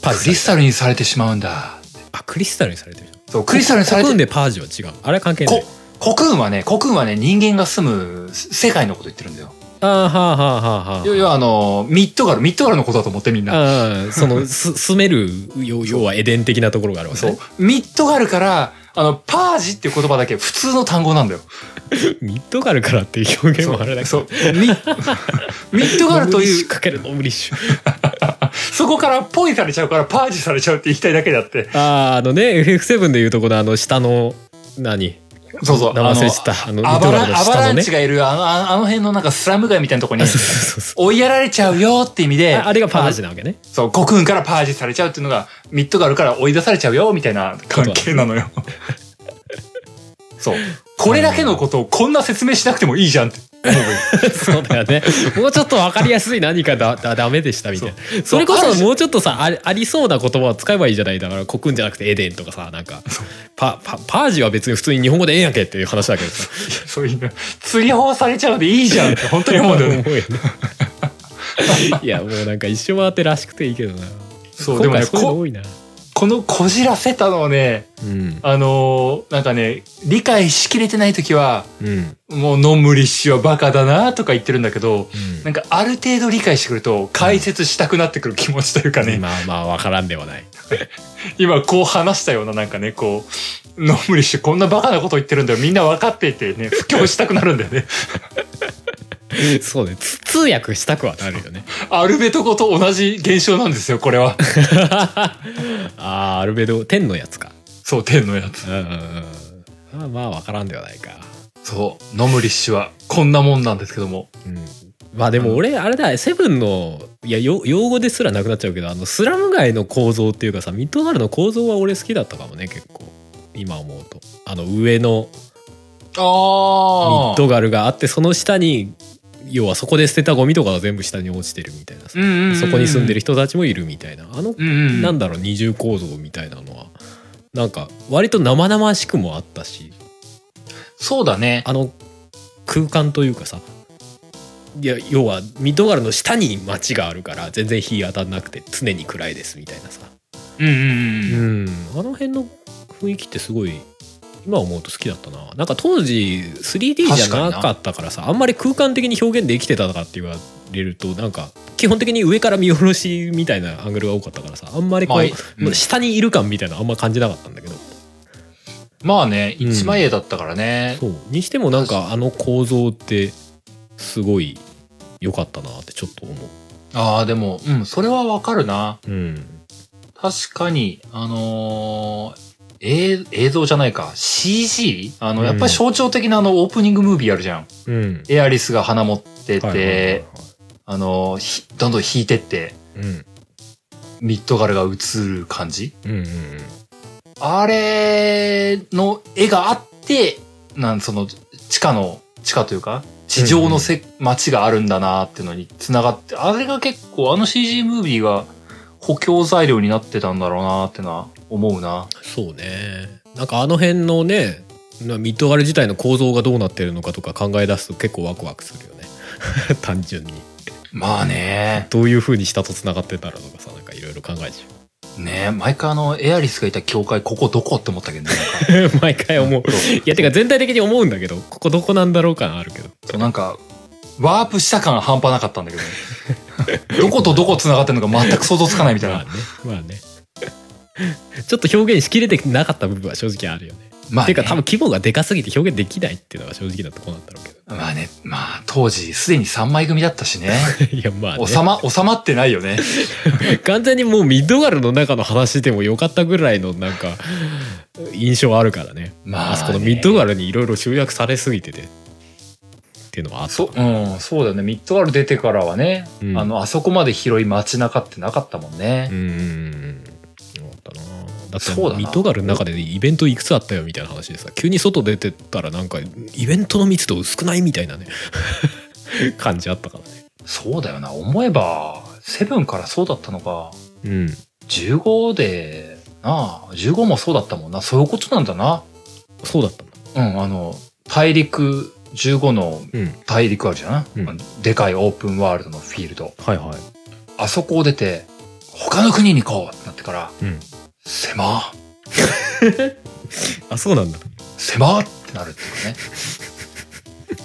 S2: パ
S1: ク
S2: ージ
S1: リスタルにされてしまうんだ。
S2: あクリスタルにされてる
S1: そう、クリスタルにされ
S2: コクーン
S1: て、
S2: でパージは違うあれは関係ない
S1: こ、コクーンはね、コクーンはね、人間が住む世界のこと言ってるんだよ。
S2: ああはあはあはあはあ
S1: 要はあの、ミッドガル、ミッドガルのことだと思ってみんな。
S2: ああそのす住める要要はエデン的なところがあるわけ、
S1: そ
S2: ね
S1: う、。ミッドガルから、あの、パージっていう言葉だけ普通の単語なんだよ。
S2: ミッドガルからっていう表現もあれだけど
S1: そう。ミ ミッドガルと
S2: ノブリッ
S1: い
S2: シ
S1: う
S2: ュ、かけるノブリッシュ
S1: そこからポイされちゃうからパージされちゃうって言いたいだけであって。
S2: あああのね FF7 でいうとこのあの下の何
S1: そうそう。
S2: 名前忘れてたあの
S1: ア
S2: ミッド
S1: バ
S2: ガ
S1: ラ
S2: ル
S1: ン
S2: の
S1: アバ
S2: 下
S1: ラ
S2: の
S1: ン
S2: ね
S1: チがいるあのああの辺のなんかスラム街みたいなとこに
S2: あそうそうそう
S1: 追いやられちゃうよって意味で
S2: ああれがパージなわけね
S1: そう、コクーンからパージされちゃうっていうのが、ミッドガルから追い出されちゃうよ、みたいな関係なのよ。そう。これだけのことをこんな説明しなくてもいいじゃんって。
S2: そうだよねもうちょっと分かりやすい何かだだダメでしたみたいなそれこ
S1: そうある
S2: そ
S1: 種
S2: もうちょっとさありありそうな言葉を使えばいいじゃないだからコクンじゃなくてエデンとかさなんかパパパージは別に普通に日本語でええやんけっていう話だけど さ
S1: そういうの追放されちゃうでいいじゃんって本当に思うんだよね
S2: 思うよね いやもうなんか一生回ってらしくていいけどな
S1: そうでも
S2: 今
S1: ね
S2: 回そういうの
S1: こ
S2: 多いな
S1: このこじらせたのをね
S2: うん
S1: あのーなんかね理解しきれてない時は
S2: うん
S1: もうのんむりしはバカだなとか言ってるんだけどなんかある程度理解してくると解説したくなってくる気持ちというかね、
S2: まあまあ分からんではない
S1: 今こう話したようななんかねこうのんむりしてこんなバカなこと言ってるんだよみんな分かっていてね布教したくなるんだよ ね
S2: そうねつ通訳したくはなるよね
S1: アルベト語と同じ現象なんですよこれは
S2: あーアルベド天のやつか
S1: そう天のやつ
S2: うんうんうんまあまあ分からんではないか
S1: そうノムリッシュはこんなもんなんですけども
S2: うんまあでも俺あれだセブンのいやよ用語ですらなくなっちゃうけどあのスラム街の構造っていうかさミッドガルの構造は俺好きだったかもね結構今思うとあの上のミ
S1: あ
S2: ッドガルがあってその下に要はそこで捨てたゴミとかが全部下に落ちてるみたいなさ、そこに住んでる
S1: る
S2: 人たちもいるみたいなあの、
S1: うんうん
S2: なんだろう二重構造みたいなのはなんか割と生々しくもあったし
S1: そうだね
S2: あの空間というかさいや要はミッドガルの下に街があるから全然日当たんなくて常に暗いですみたいなさ、
S1: うんうんうん
S2: うん、あの辺の雰囲気ってすごい今思うと好きだったななんか当時 3D じ
S1: 確か
S2: ゃ
S1: に
S2: な
S1: な
S2: かったからさあんまり空間的に表現できてたかって言われるとなんか基本的に上から見下ろしみたいなアングルが多かったからさあんまりこう、
S1: まあいうん
S2: もう下にいる感みたいなのあんま感じなかったんだけど
S1: まあね
S2: うん
S1: 一枚絵だったからね、
S2: そうにしてもなんかあの構造ってすごい良かったなってちょっと思
S1: ああでもうんそれはわかるな
S2: ううん
S1: 確かに、あのー映映像じゃないか、CG? あの、
S2: うん
S1: やっぱり象徴的なあのオープニングムービーあるじゃん。
S2: うん
S1: エアリスが花持ってて、
S2: はいはいはいはい
S1: あのーひどんどん引いてって、
S2: うん
S1: ミッドガルが映る感じ
S2: うんうん
S1: あれの絵があって、なん、その、地下の、地下というか、地上のせ、街があるんだなっていうのに繋がって、あれが結構、あの CG ムービーが補強材料になってたんだろうなってのは思うな。
S2: そうねなんかあの辺のねなミッドガル自体の構造がどうなってるのかとか考え出すと結構ワクワクするよね 単純に
S1: まあね。
S2: どういう風に下とつながってたらとかさなんかいろいろ考えち
S1: ねえ、毎回あの、エアリスがいた教会、ここどこって思ったけどね。なんか
S2: ゃう 毎回思う
S1: そう
S2: いやてか全体的に思うんだけどここどこなんだろう感あるけど
S1: そうなんか、ワープした感半端なかったんだけ ど、ね、どことどこ繋がってるのか全く想像つかないみたい
S2: まあ
S1: な
S2: ね。まあね ちょっと表現しきれてなかった部分は正直あるよね
S1: まあ、
S2: て
S1: ね、
S2: いうか多分規模がでかすぎて表現できないっていうのが正直なとこなんだろう
S1: まあね、まあ、当時、すでに3枚組だったし ね。
S2: けど いやまあ、ね、
S1: 収ま、収まってないよ ね。
S2: 完全にもうミッドガルの中の話でもよかったぐらいのなんか印象はあるからね,、
S1: まあね
S2: そこのミッドガルにいろいろ集約されすぎててっていうのはあった
S1: そう、うん、そうだよね。ミッドガル出てからはね、
S2: うん
S1: あの、あそこまで広い街中ってなかったもんね。
S2: うんうんうんよかったなだって
S1: そうだな
S2: ミッドガルの中でイベントいくつあったよみたいな話でさ急に外出てったらなんかイベントの密度少ないみたいなね 感じあったからね
S1: そうだよな。思えば、セブンからそうだったのか。
S2: うん
S1: 15で、なあ、15もそうだったもんな。そういうことなんだな。
S2: そうだったな
S1: うん、あの、大陸、15の
S2: うん
S1: 大陸あるじゃん、
S2: うん
S1: あのでかいオープンワールドのフィールド。
S2: はいはい
S1: あそこを出て、他の国に行こうってなってから、
S2: うん
S1: 狭
S2: あそうなんだ
S1: 狭ってなるっていうかね。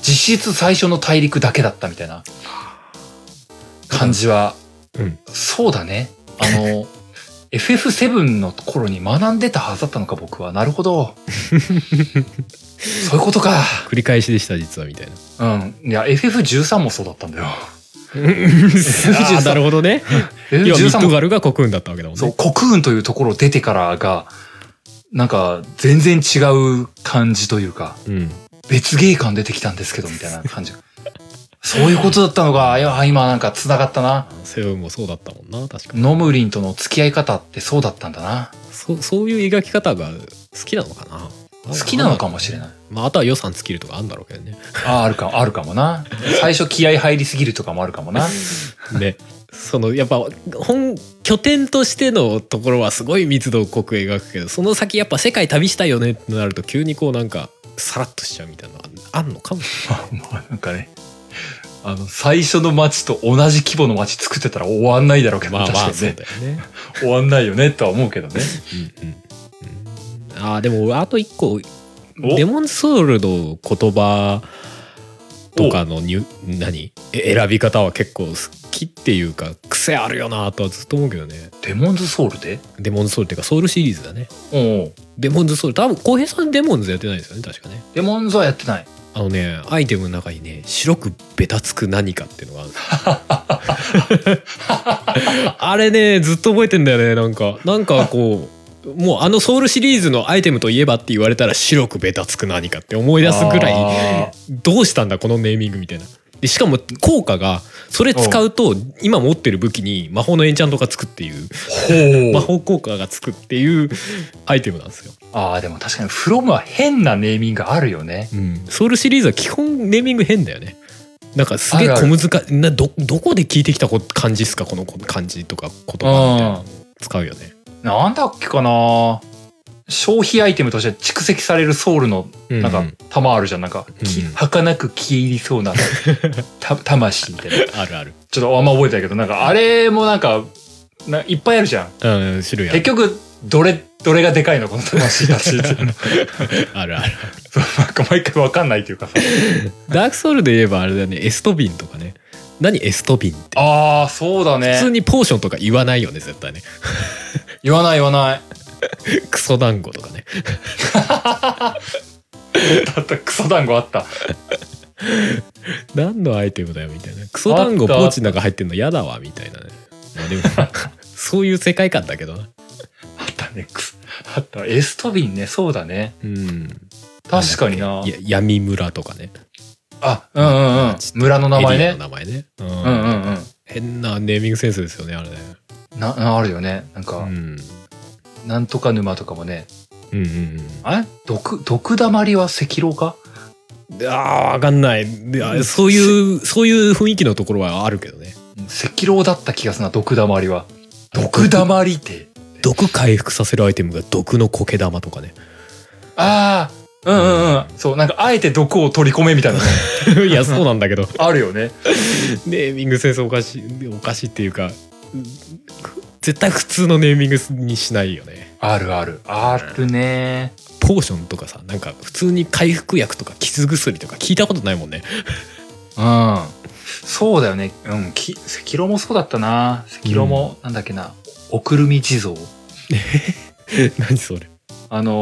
S1: 実質最初の大陸だけだったみたいな感じは、
S2: うん
S1: そうだね。あ の、FF7 の頃に学んでたはずだったのか僕は。なるほ ど。そういうことか。
S2: 繰り返しでした実はみたい な
S1: うん。いや、FF13 もそうだったんだよ。
S2: あーなるほどね。
S1: FF13
S2: 要はミッ
S1: も
S2: ドガルがコクーンだったわけだもん
S1: そう、
S2: ね。
S1: コクーンというところを出てからが、なんか、全然違う感じというか、
S2: うん。
S1: 別芸感出てきたんですけど、みたいな感じ。そういうことだったのが、いや、今なんか繋がったな。
S2: セブンもそうだったもんな、確かに。
S1: ノムリンとの付き合い方ってそうだったんだな。
S2: そそういう描き方が好きなのかな。
S1: 好きなのかもしれない。
S2: まあ、あとは予算尽きるとかあるんだろうけどね。
S1: ああ、あるかも、あるかもな。最初気合入りすぎるとかもあるかもな。
S2: ね。 そのやっぱ本拠点としてのところはすごい密度を濃く描くけどその先やっぱ世界旅したいよねってなると急にこうなんかさらっとしちゃうみたいなのあんのかもし
S1: まあなんかね、あの、最初の街と同じ規模の街作ってたら終わんないだろうけ
S2: れ
S1: ど、
S2: ない。まあまあ
S1: 確か
S2: そう
S1: にね
S2: だ。よね。
S1: 終わんないよね、とは思うけどね。
S2: うんうん、あーでもあと一個
S1: お
S2: デモンソウルの言葉とかのに何え選び方は結構好きっていうか癖あるよなとはずっと思うけどね
S1: デモンズソウルで
S2: デモンズソウルっていうかソウルシリーズだね
S1: おう
S2: デモンズソウル多分浩平さんデモンズやってないですよね確かね
S1: デモンズはやってない。
S2: あのねアイテムの中にね白くベタつく何かっていうのがあるんです よあれねずっと覚えてんだよねなんかなんかこうもうあのソウルシリーズのアイテムといえばって言われたら白くベタつく何かって思い出すぐらい
S1: あ
S2: どうしたんだこのネーミングみたいな。でしかも効果がそれ使うと今持ってる武器に魔法のエンチャントがつくっていう
S1: ー
S2: 魔
S1: ほう。
S2: 法効果がつくっていうアイテムなんですよ。
S1: ああ、でも確かに、フロムは変なネーミングあるよね。
S2: うん、ソウルシリーズは基本ネーミング変だよね。なんかすげえ
S1: あるあ
S2: 小
S1: る
S2: 難しなどどこで聞いてきたこ感じっすかこの感じとか
S1: う。
S2: 言葉みたいなん使うよね。
S1: なんだっけかな消費アイテムとして蓄積されるソウルの
S2: うん
S1: なんか玉あるじゃんなんか、き
S2: うん
S1: 儚く消え入りそうなた魂みたいな
S2: あるある。
S1: ちょっとあんま覚えてないけどなんかあれもなんかないっぱいあるじゃん
S2: うん種類
S1: 結
S2: ある
S1: 局どれどれがでかいのこの魂だしそ うなん
S2: あるある。
S1: か毎回わかんないというかさ
S2: ダークソウルで言えばあれだよねエストビンとかね。何エストビンって。
S1: ああそうだ
S2: 普通
S1: ね
S2: にポーションとか言わないよね絶対ね。
S1: 言わない言わない
S2: クソ団子とかね
S1: だったクソ団子あった
S2: 何のアイテムだよみたいなクソ団子ポーチの中入ってんの嫌だわみたいなねまあ でもそういう世界観だけどな
S1: あったねクソあったエストビンねそうだね
S2: うん
S1: 確かになん
S2: だっけや闇村とかね
S1: あうんうんうん村の名前
S2: エリア
S1: ね
S2: の名前ね、うん
S1: うんうんうん
S2: 変なネーミングセンスですよねあれね
S1: ななあるよねなんか、
S2: うん、うん
S1: なんとか沼とかもね
S2: うんうん
S1: あれ毒毒だまりは赤老か
S2: あーわかんないいやそういうそういう雰囲気のところはあるけどね
S1: うん赤老だった気がするな毒だまりは毒だまりって
S2: 毒回復させるアイテムが毒の苔玉とかね
S1: ああうんうんうんそうなんかあえて毒を取り込めみたい なの
S2: いやそうなんだけど
S1: あるよね
S2: ネーミングセンスおかしいおかしいっていうかうん絶対普通のネーミングにしないよね
S1: あるあるあるね
S2: ポーションとかさなんか普通に回復薬とか傷薬とか聞いたことないもんね
S1: うんそうだよねうんき赤老もそうだったな赤老もなんだっけな、おくるみ地蔵
S2: 何それ
S1: あの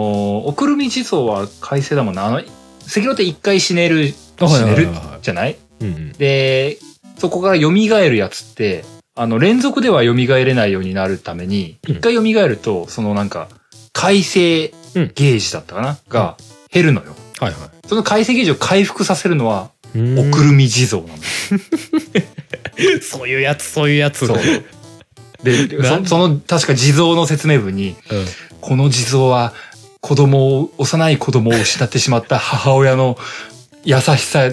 S1: ーおくるみ地蔵は改正だもんなあの赤老って一回死ねる死
S2: はいは
S1: ね
S2: いはい
S1: る
S2: は
S1: じゃない
S2: いうんうん
S1: で、そこから蘇るやつって、あの、連続では蘇れないようになるために、
S2: うん
S1: 一回蘇ると、そのなんか、改正
S2: うん
S1: ゲージだったかな、が減るのよ。
S2: はいは
S1: その改正ゲージを回復させるのは、
S2: い
S1: おくるみ地蔵なの。
S2: うんそういうやつそういうやつ
S1: そう。で、で
S2: なん
S1: そその、確か地蔵の説明文に、
S2: うん
S1: この地蔵は、子供を、幼い子供を失ってしまった母親の優しさ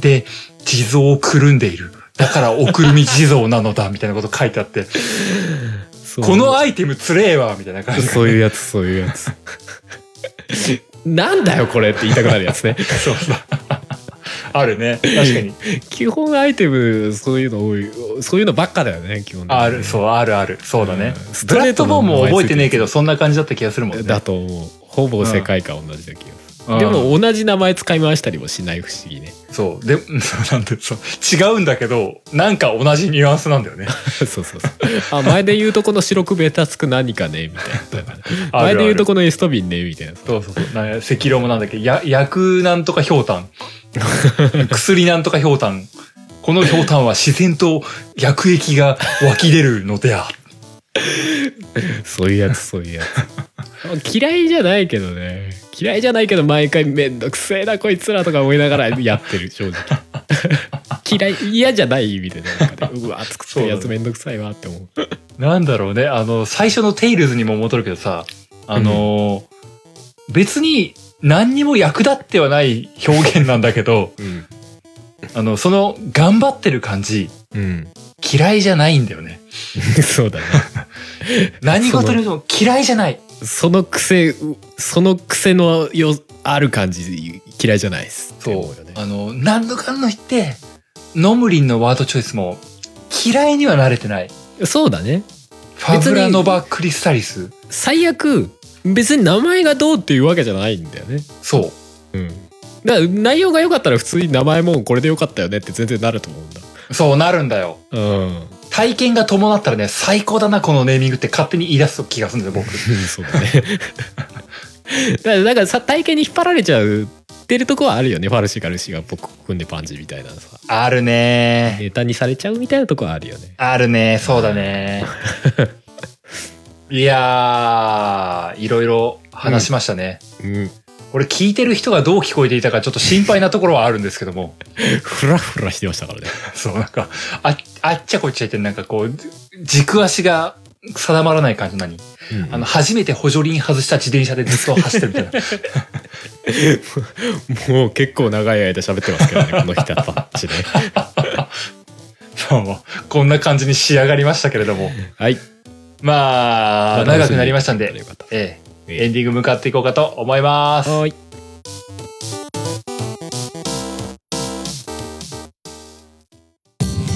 S1: で地蔵をくるんでいる。だから、おくるみ地蔵なのだ、みたいなこと書いてあって、
S2: そう
S1: このアイテムつれえわみたいな感じ
S2: そういうやつそういうやつなんだよこれって言いたくなるやつね
S1: そうそうあるね確かに
S2: 基本アイテムそういうの多いそういうのばっかだよね基本的にね
S1: あるそうあるあるそうだね
S2: うんス
S1: プ
S2: ト
S1: ラ
S2: レ
S1: ッ
S2: ート
S1: トフォ
S2: の
S1: ーム
S2: 名
S1: も
S2: 前ついてる
S1: 覚えてねえけどそんな感じだった気がするもんね
S2: だと思うほぼ世界観同じだけど、
S1: うん
S2: でも同じ名前使い回したりもしない不思議ね
S1: そうで そうなんでそう違うんだけどなんか同じニュアンスなんだよね
S2: そうそうそうあ前で言うとこの白くベタつく何かねみたいな
S1: ある
S2: 前で言うとこのエストビンねみたいな
S1: そうそうそうなんか赤色もなんだっけや薬なんとかひょうたん薬なんとかひょうたんこのひょうたんは自然と薬液が湧き出るのであ
S2: そういうやつそういうやつ嫌いじゃないけどね嫌いじゃないけど毎回めんどくせえなこいつらとか思いながらやってる正直嫌い嫌じゃない意味でなんかね うわ作ってるやつめんどくさいわって思う
S1: なんだろうね、あの、最初のテイルズにも戻るけどさ、あのー別に何にも役立ってはない表現なんだけど
S2: うん
S1: あのその頑張ってる感じ
S2: うん、
S1: 嫌いじゃないんだよね
S2: そうだね
S1: 何事にも嫌いじゃない
S2: その癖うその癖のよある感じ嫌いじゃないですって
S1: そう
S2: 思よね
S1: あの何度かんの言ってノムリンのワードチョイスも嫌いにはなれてない
S2: そうだね
S1: ファブラノバ・クリスタリス
S2: 最悪別に名前がどうっていうわけじゃないんだよね
S1: そう
S2: うんだから内容が良かったら普通に名前もこれで良かったよねって全然なると思うんだ
S1: そうなるんだよ
S2: うん
S1: 体験が伴ったらね最高だなこのネーミングって勝手に言い出す気がするんだよ僕
S2: そうだね だからなんかさ体型に引っ張られちゃうってるとこはあるよねファルシガルシが僕組んでパンチみたいなさ
S1: あるね
S2: ネタにされちゃうみたいなとこはあるよね
S1: あるねそうだ ねいやーいろいろ話しましたね、
S2: うん
S1: これ聞いてる人がどう聞こえていたかちょっと心配なところはあるんですけども
S2: フラフラしてましたからね
S1: そうなんかああっちゃこっちゃ言ってなんかこう軸足が定まらない感じ何あの初めて補助輪外した自転車でずっと走ってるみたい な
S2: もう結構長い間喋ってますけどねこの人はパッチね
S1: どうもこんな感じに仕上がりましたけれど も
S2: はい
S1: まあ長くなりましたんで
S2: よかった
S1: ええエ
S2: え
S1: ンディング向かっていこうかと思います
S2: はーい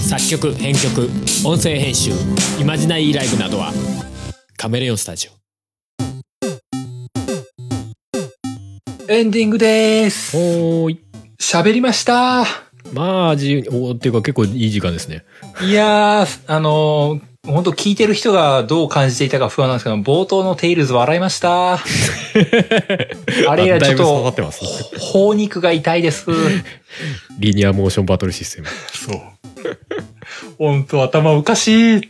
S3: 作曲編曲音声編集イマジナイーライブなどはカメレオンスタジオ
S1: エンディングです
S2: おーい
S1: 喋りました
S2: まあ自由におーっていうか結構いい時間ですね
S1: いやーあのー本当聞いてる人がどう感じていたか不安なんですけど冒頭の「テイルズ」笑いました あれ以来
S2: だ
S1: ち
S2: いぶ刺
S1: ょ
S2: さっ
S1: って
S2: ま
S1: と
S2: す
S1: ほ頬肉が痛いです
S2: リニアモーションバトルシ ステム
S1: そう。本当頭おかしいって。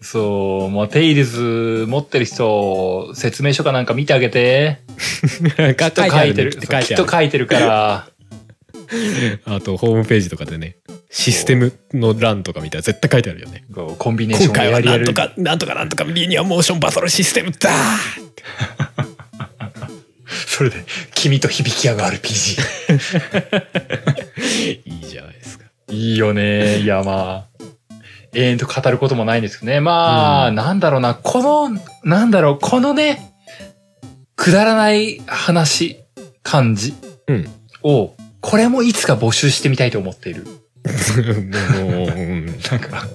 S1: そう、もうテイルズ持ってる人、説明書かなんか見てあげて。
S2: 書
S1: きっと書いてる。き
S2: きっと書いて
S1: っ
S2: ある
S1: と書いてるから。
S2: あとホームページとかでねシステムの欄とか見たら絶対書いてあるよね
S1: こうコンビネーション
S2: 今
S1: が
S2: 回は
S1: やり
S2: な
S1: や
S2: ん
S1: る
S2: と。かなんとかなんとかリニアモーションバトルシステムだ
S1: それで、君と響き合う RPG。
S2: いいじゃないですか
S1: いいよね。いや、まあ。永遠と語ることもないんですけどね。まあ、
S2: うん
S1: なんだろうな。この、なんだろう、このね、くだらない話、感じ
S2: うん
S1: を、これもいつか募集してみたいと思っている。
S2: もううん
S1: なんか、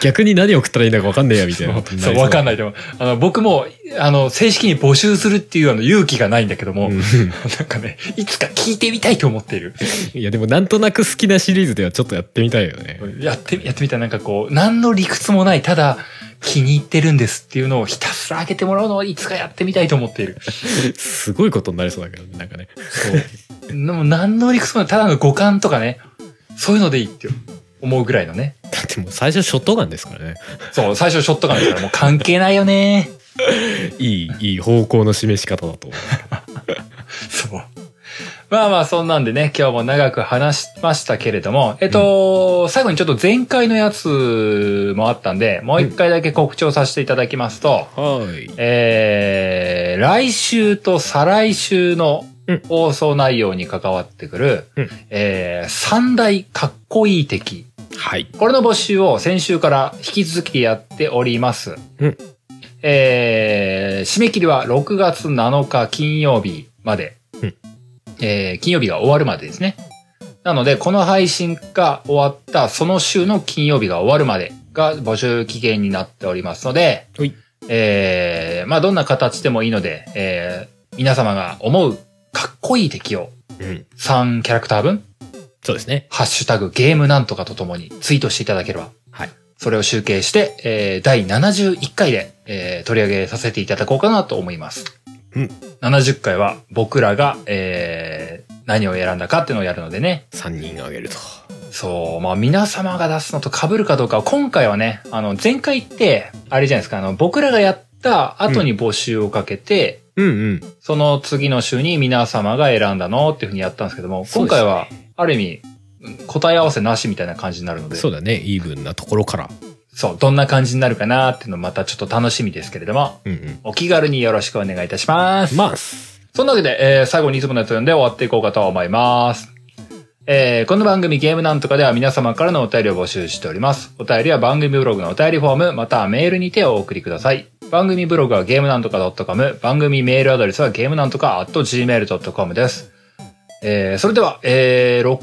S2: 逆に何送ったらいいのか分かんねえやみたいなことに
S1: そう、わかんないでも、あの、僕も、あの、正式に募集するっていうあの勇気がないんだけども、
S2: う
S1: なん
S2: ん
S1: かね、いつか聞いてみたいと思っている。
S2: いやでもなんとなく好きなシリーズではちょっとやってみたいよね。
S1: やってみ、やってみたらなんかこう、何の理屈もない、ただ、気に入ってるんですっていうのをひたすら上げてもらうのをいつかやってみたいと思っている。
S2: すごいことになりそうだけどねなんかね。
S1: そう。でも何の理屈もない、ただの五感とかね、そういうのでいいって思うぐらいのね。
S2: だってもう最初ショットガンですからね。
S1: そう、最初ショットガンだからもう関係ないよね。
S2: いいいい方向の示し方だと思
S1: そう。まあまあそんなんでね、今日も長く話しましたけれども、えっと、最後にちょっと前回のやつもあったんで、もう一回だけ告知をさせていただきますと、
S2: う。はい。
S1: えー、来週と再来週の
S2: うん
S1: 放送内容に関わってくる、
S2: うん
S1: えー三大かっこいい敵。
S2: はい。
S1: これの募集を先週から引き続きやっております。
S2: うん
S1: えー締め切りは6月7日金曜日まで。
S2: うん
S1: えー金曜日が終わるまでですね。なので、この配信が終わったその週の金曜日が終わるまでが募集期限になっておりますので、
S2: ほい
S1: えーまあどんな形でもいいので、えー皆様が思うかっこいい敵を
S2: うん。
S1: 3キャラクター分
S2: そうですね。
S1: ハッシュタグゲームなんとかとともにツイートしていただければ。
S2: はい
S1: それを集計して、えー、第71回で、えー取り上げさせていただこうかなと思います。
S2: うん
S1: 70回は僕らが、えー何を選んだかっていうのをやるのでね。
S2: 三人あげると。
S1: そう、まあ皆様が出すのと被るかどうかは、今回はね、あの、前回って、あれじゃないですか、あの、僕らがやった後に募集をかけて、
S2: うんうん。
S1: その次の週に皆様が選んだのっていうふうにやったんですけども、
S2: そう
S1: 今
S2: ですね
S1: 回は、ある意味、うん答え合わせなしみたいな感じになるので、
S2: そうだね。イーブンなところから。
S1: そう、どんな感じになるかなっていうのまたちょっと楽しみですけれども、
S2: うんうん。
S1: お気軽によろしくお願いいたします。
S2: まあ、す
S1: そんなわけで、えー最後にいつものやつを読んで終わっていこうかと思います。えーこの番組ゲームなんとかでは皆様からのお便りを募集しております。お便りは番組ブログのお便りフォーム、またはメールにてお送りください。番組ブログはゲームなんとか .com、番組メールアドレスはゲームなんとか .gmail.com です。えーそれでは、えー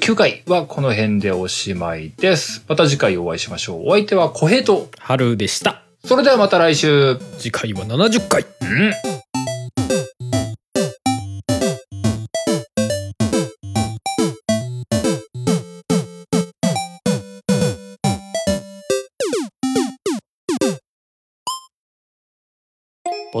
S1: 69回はこの辺でおしまいです。また次回お会いしましょう。お相手は小平と、
S2: 春でした。
S1: それではまた来週。
S2: 次回は70回。
S1: うん
S3: ポ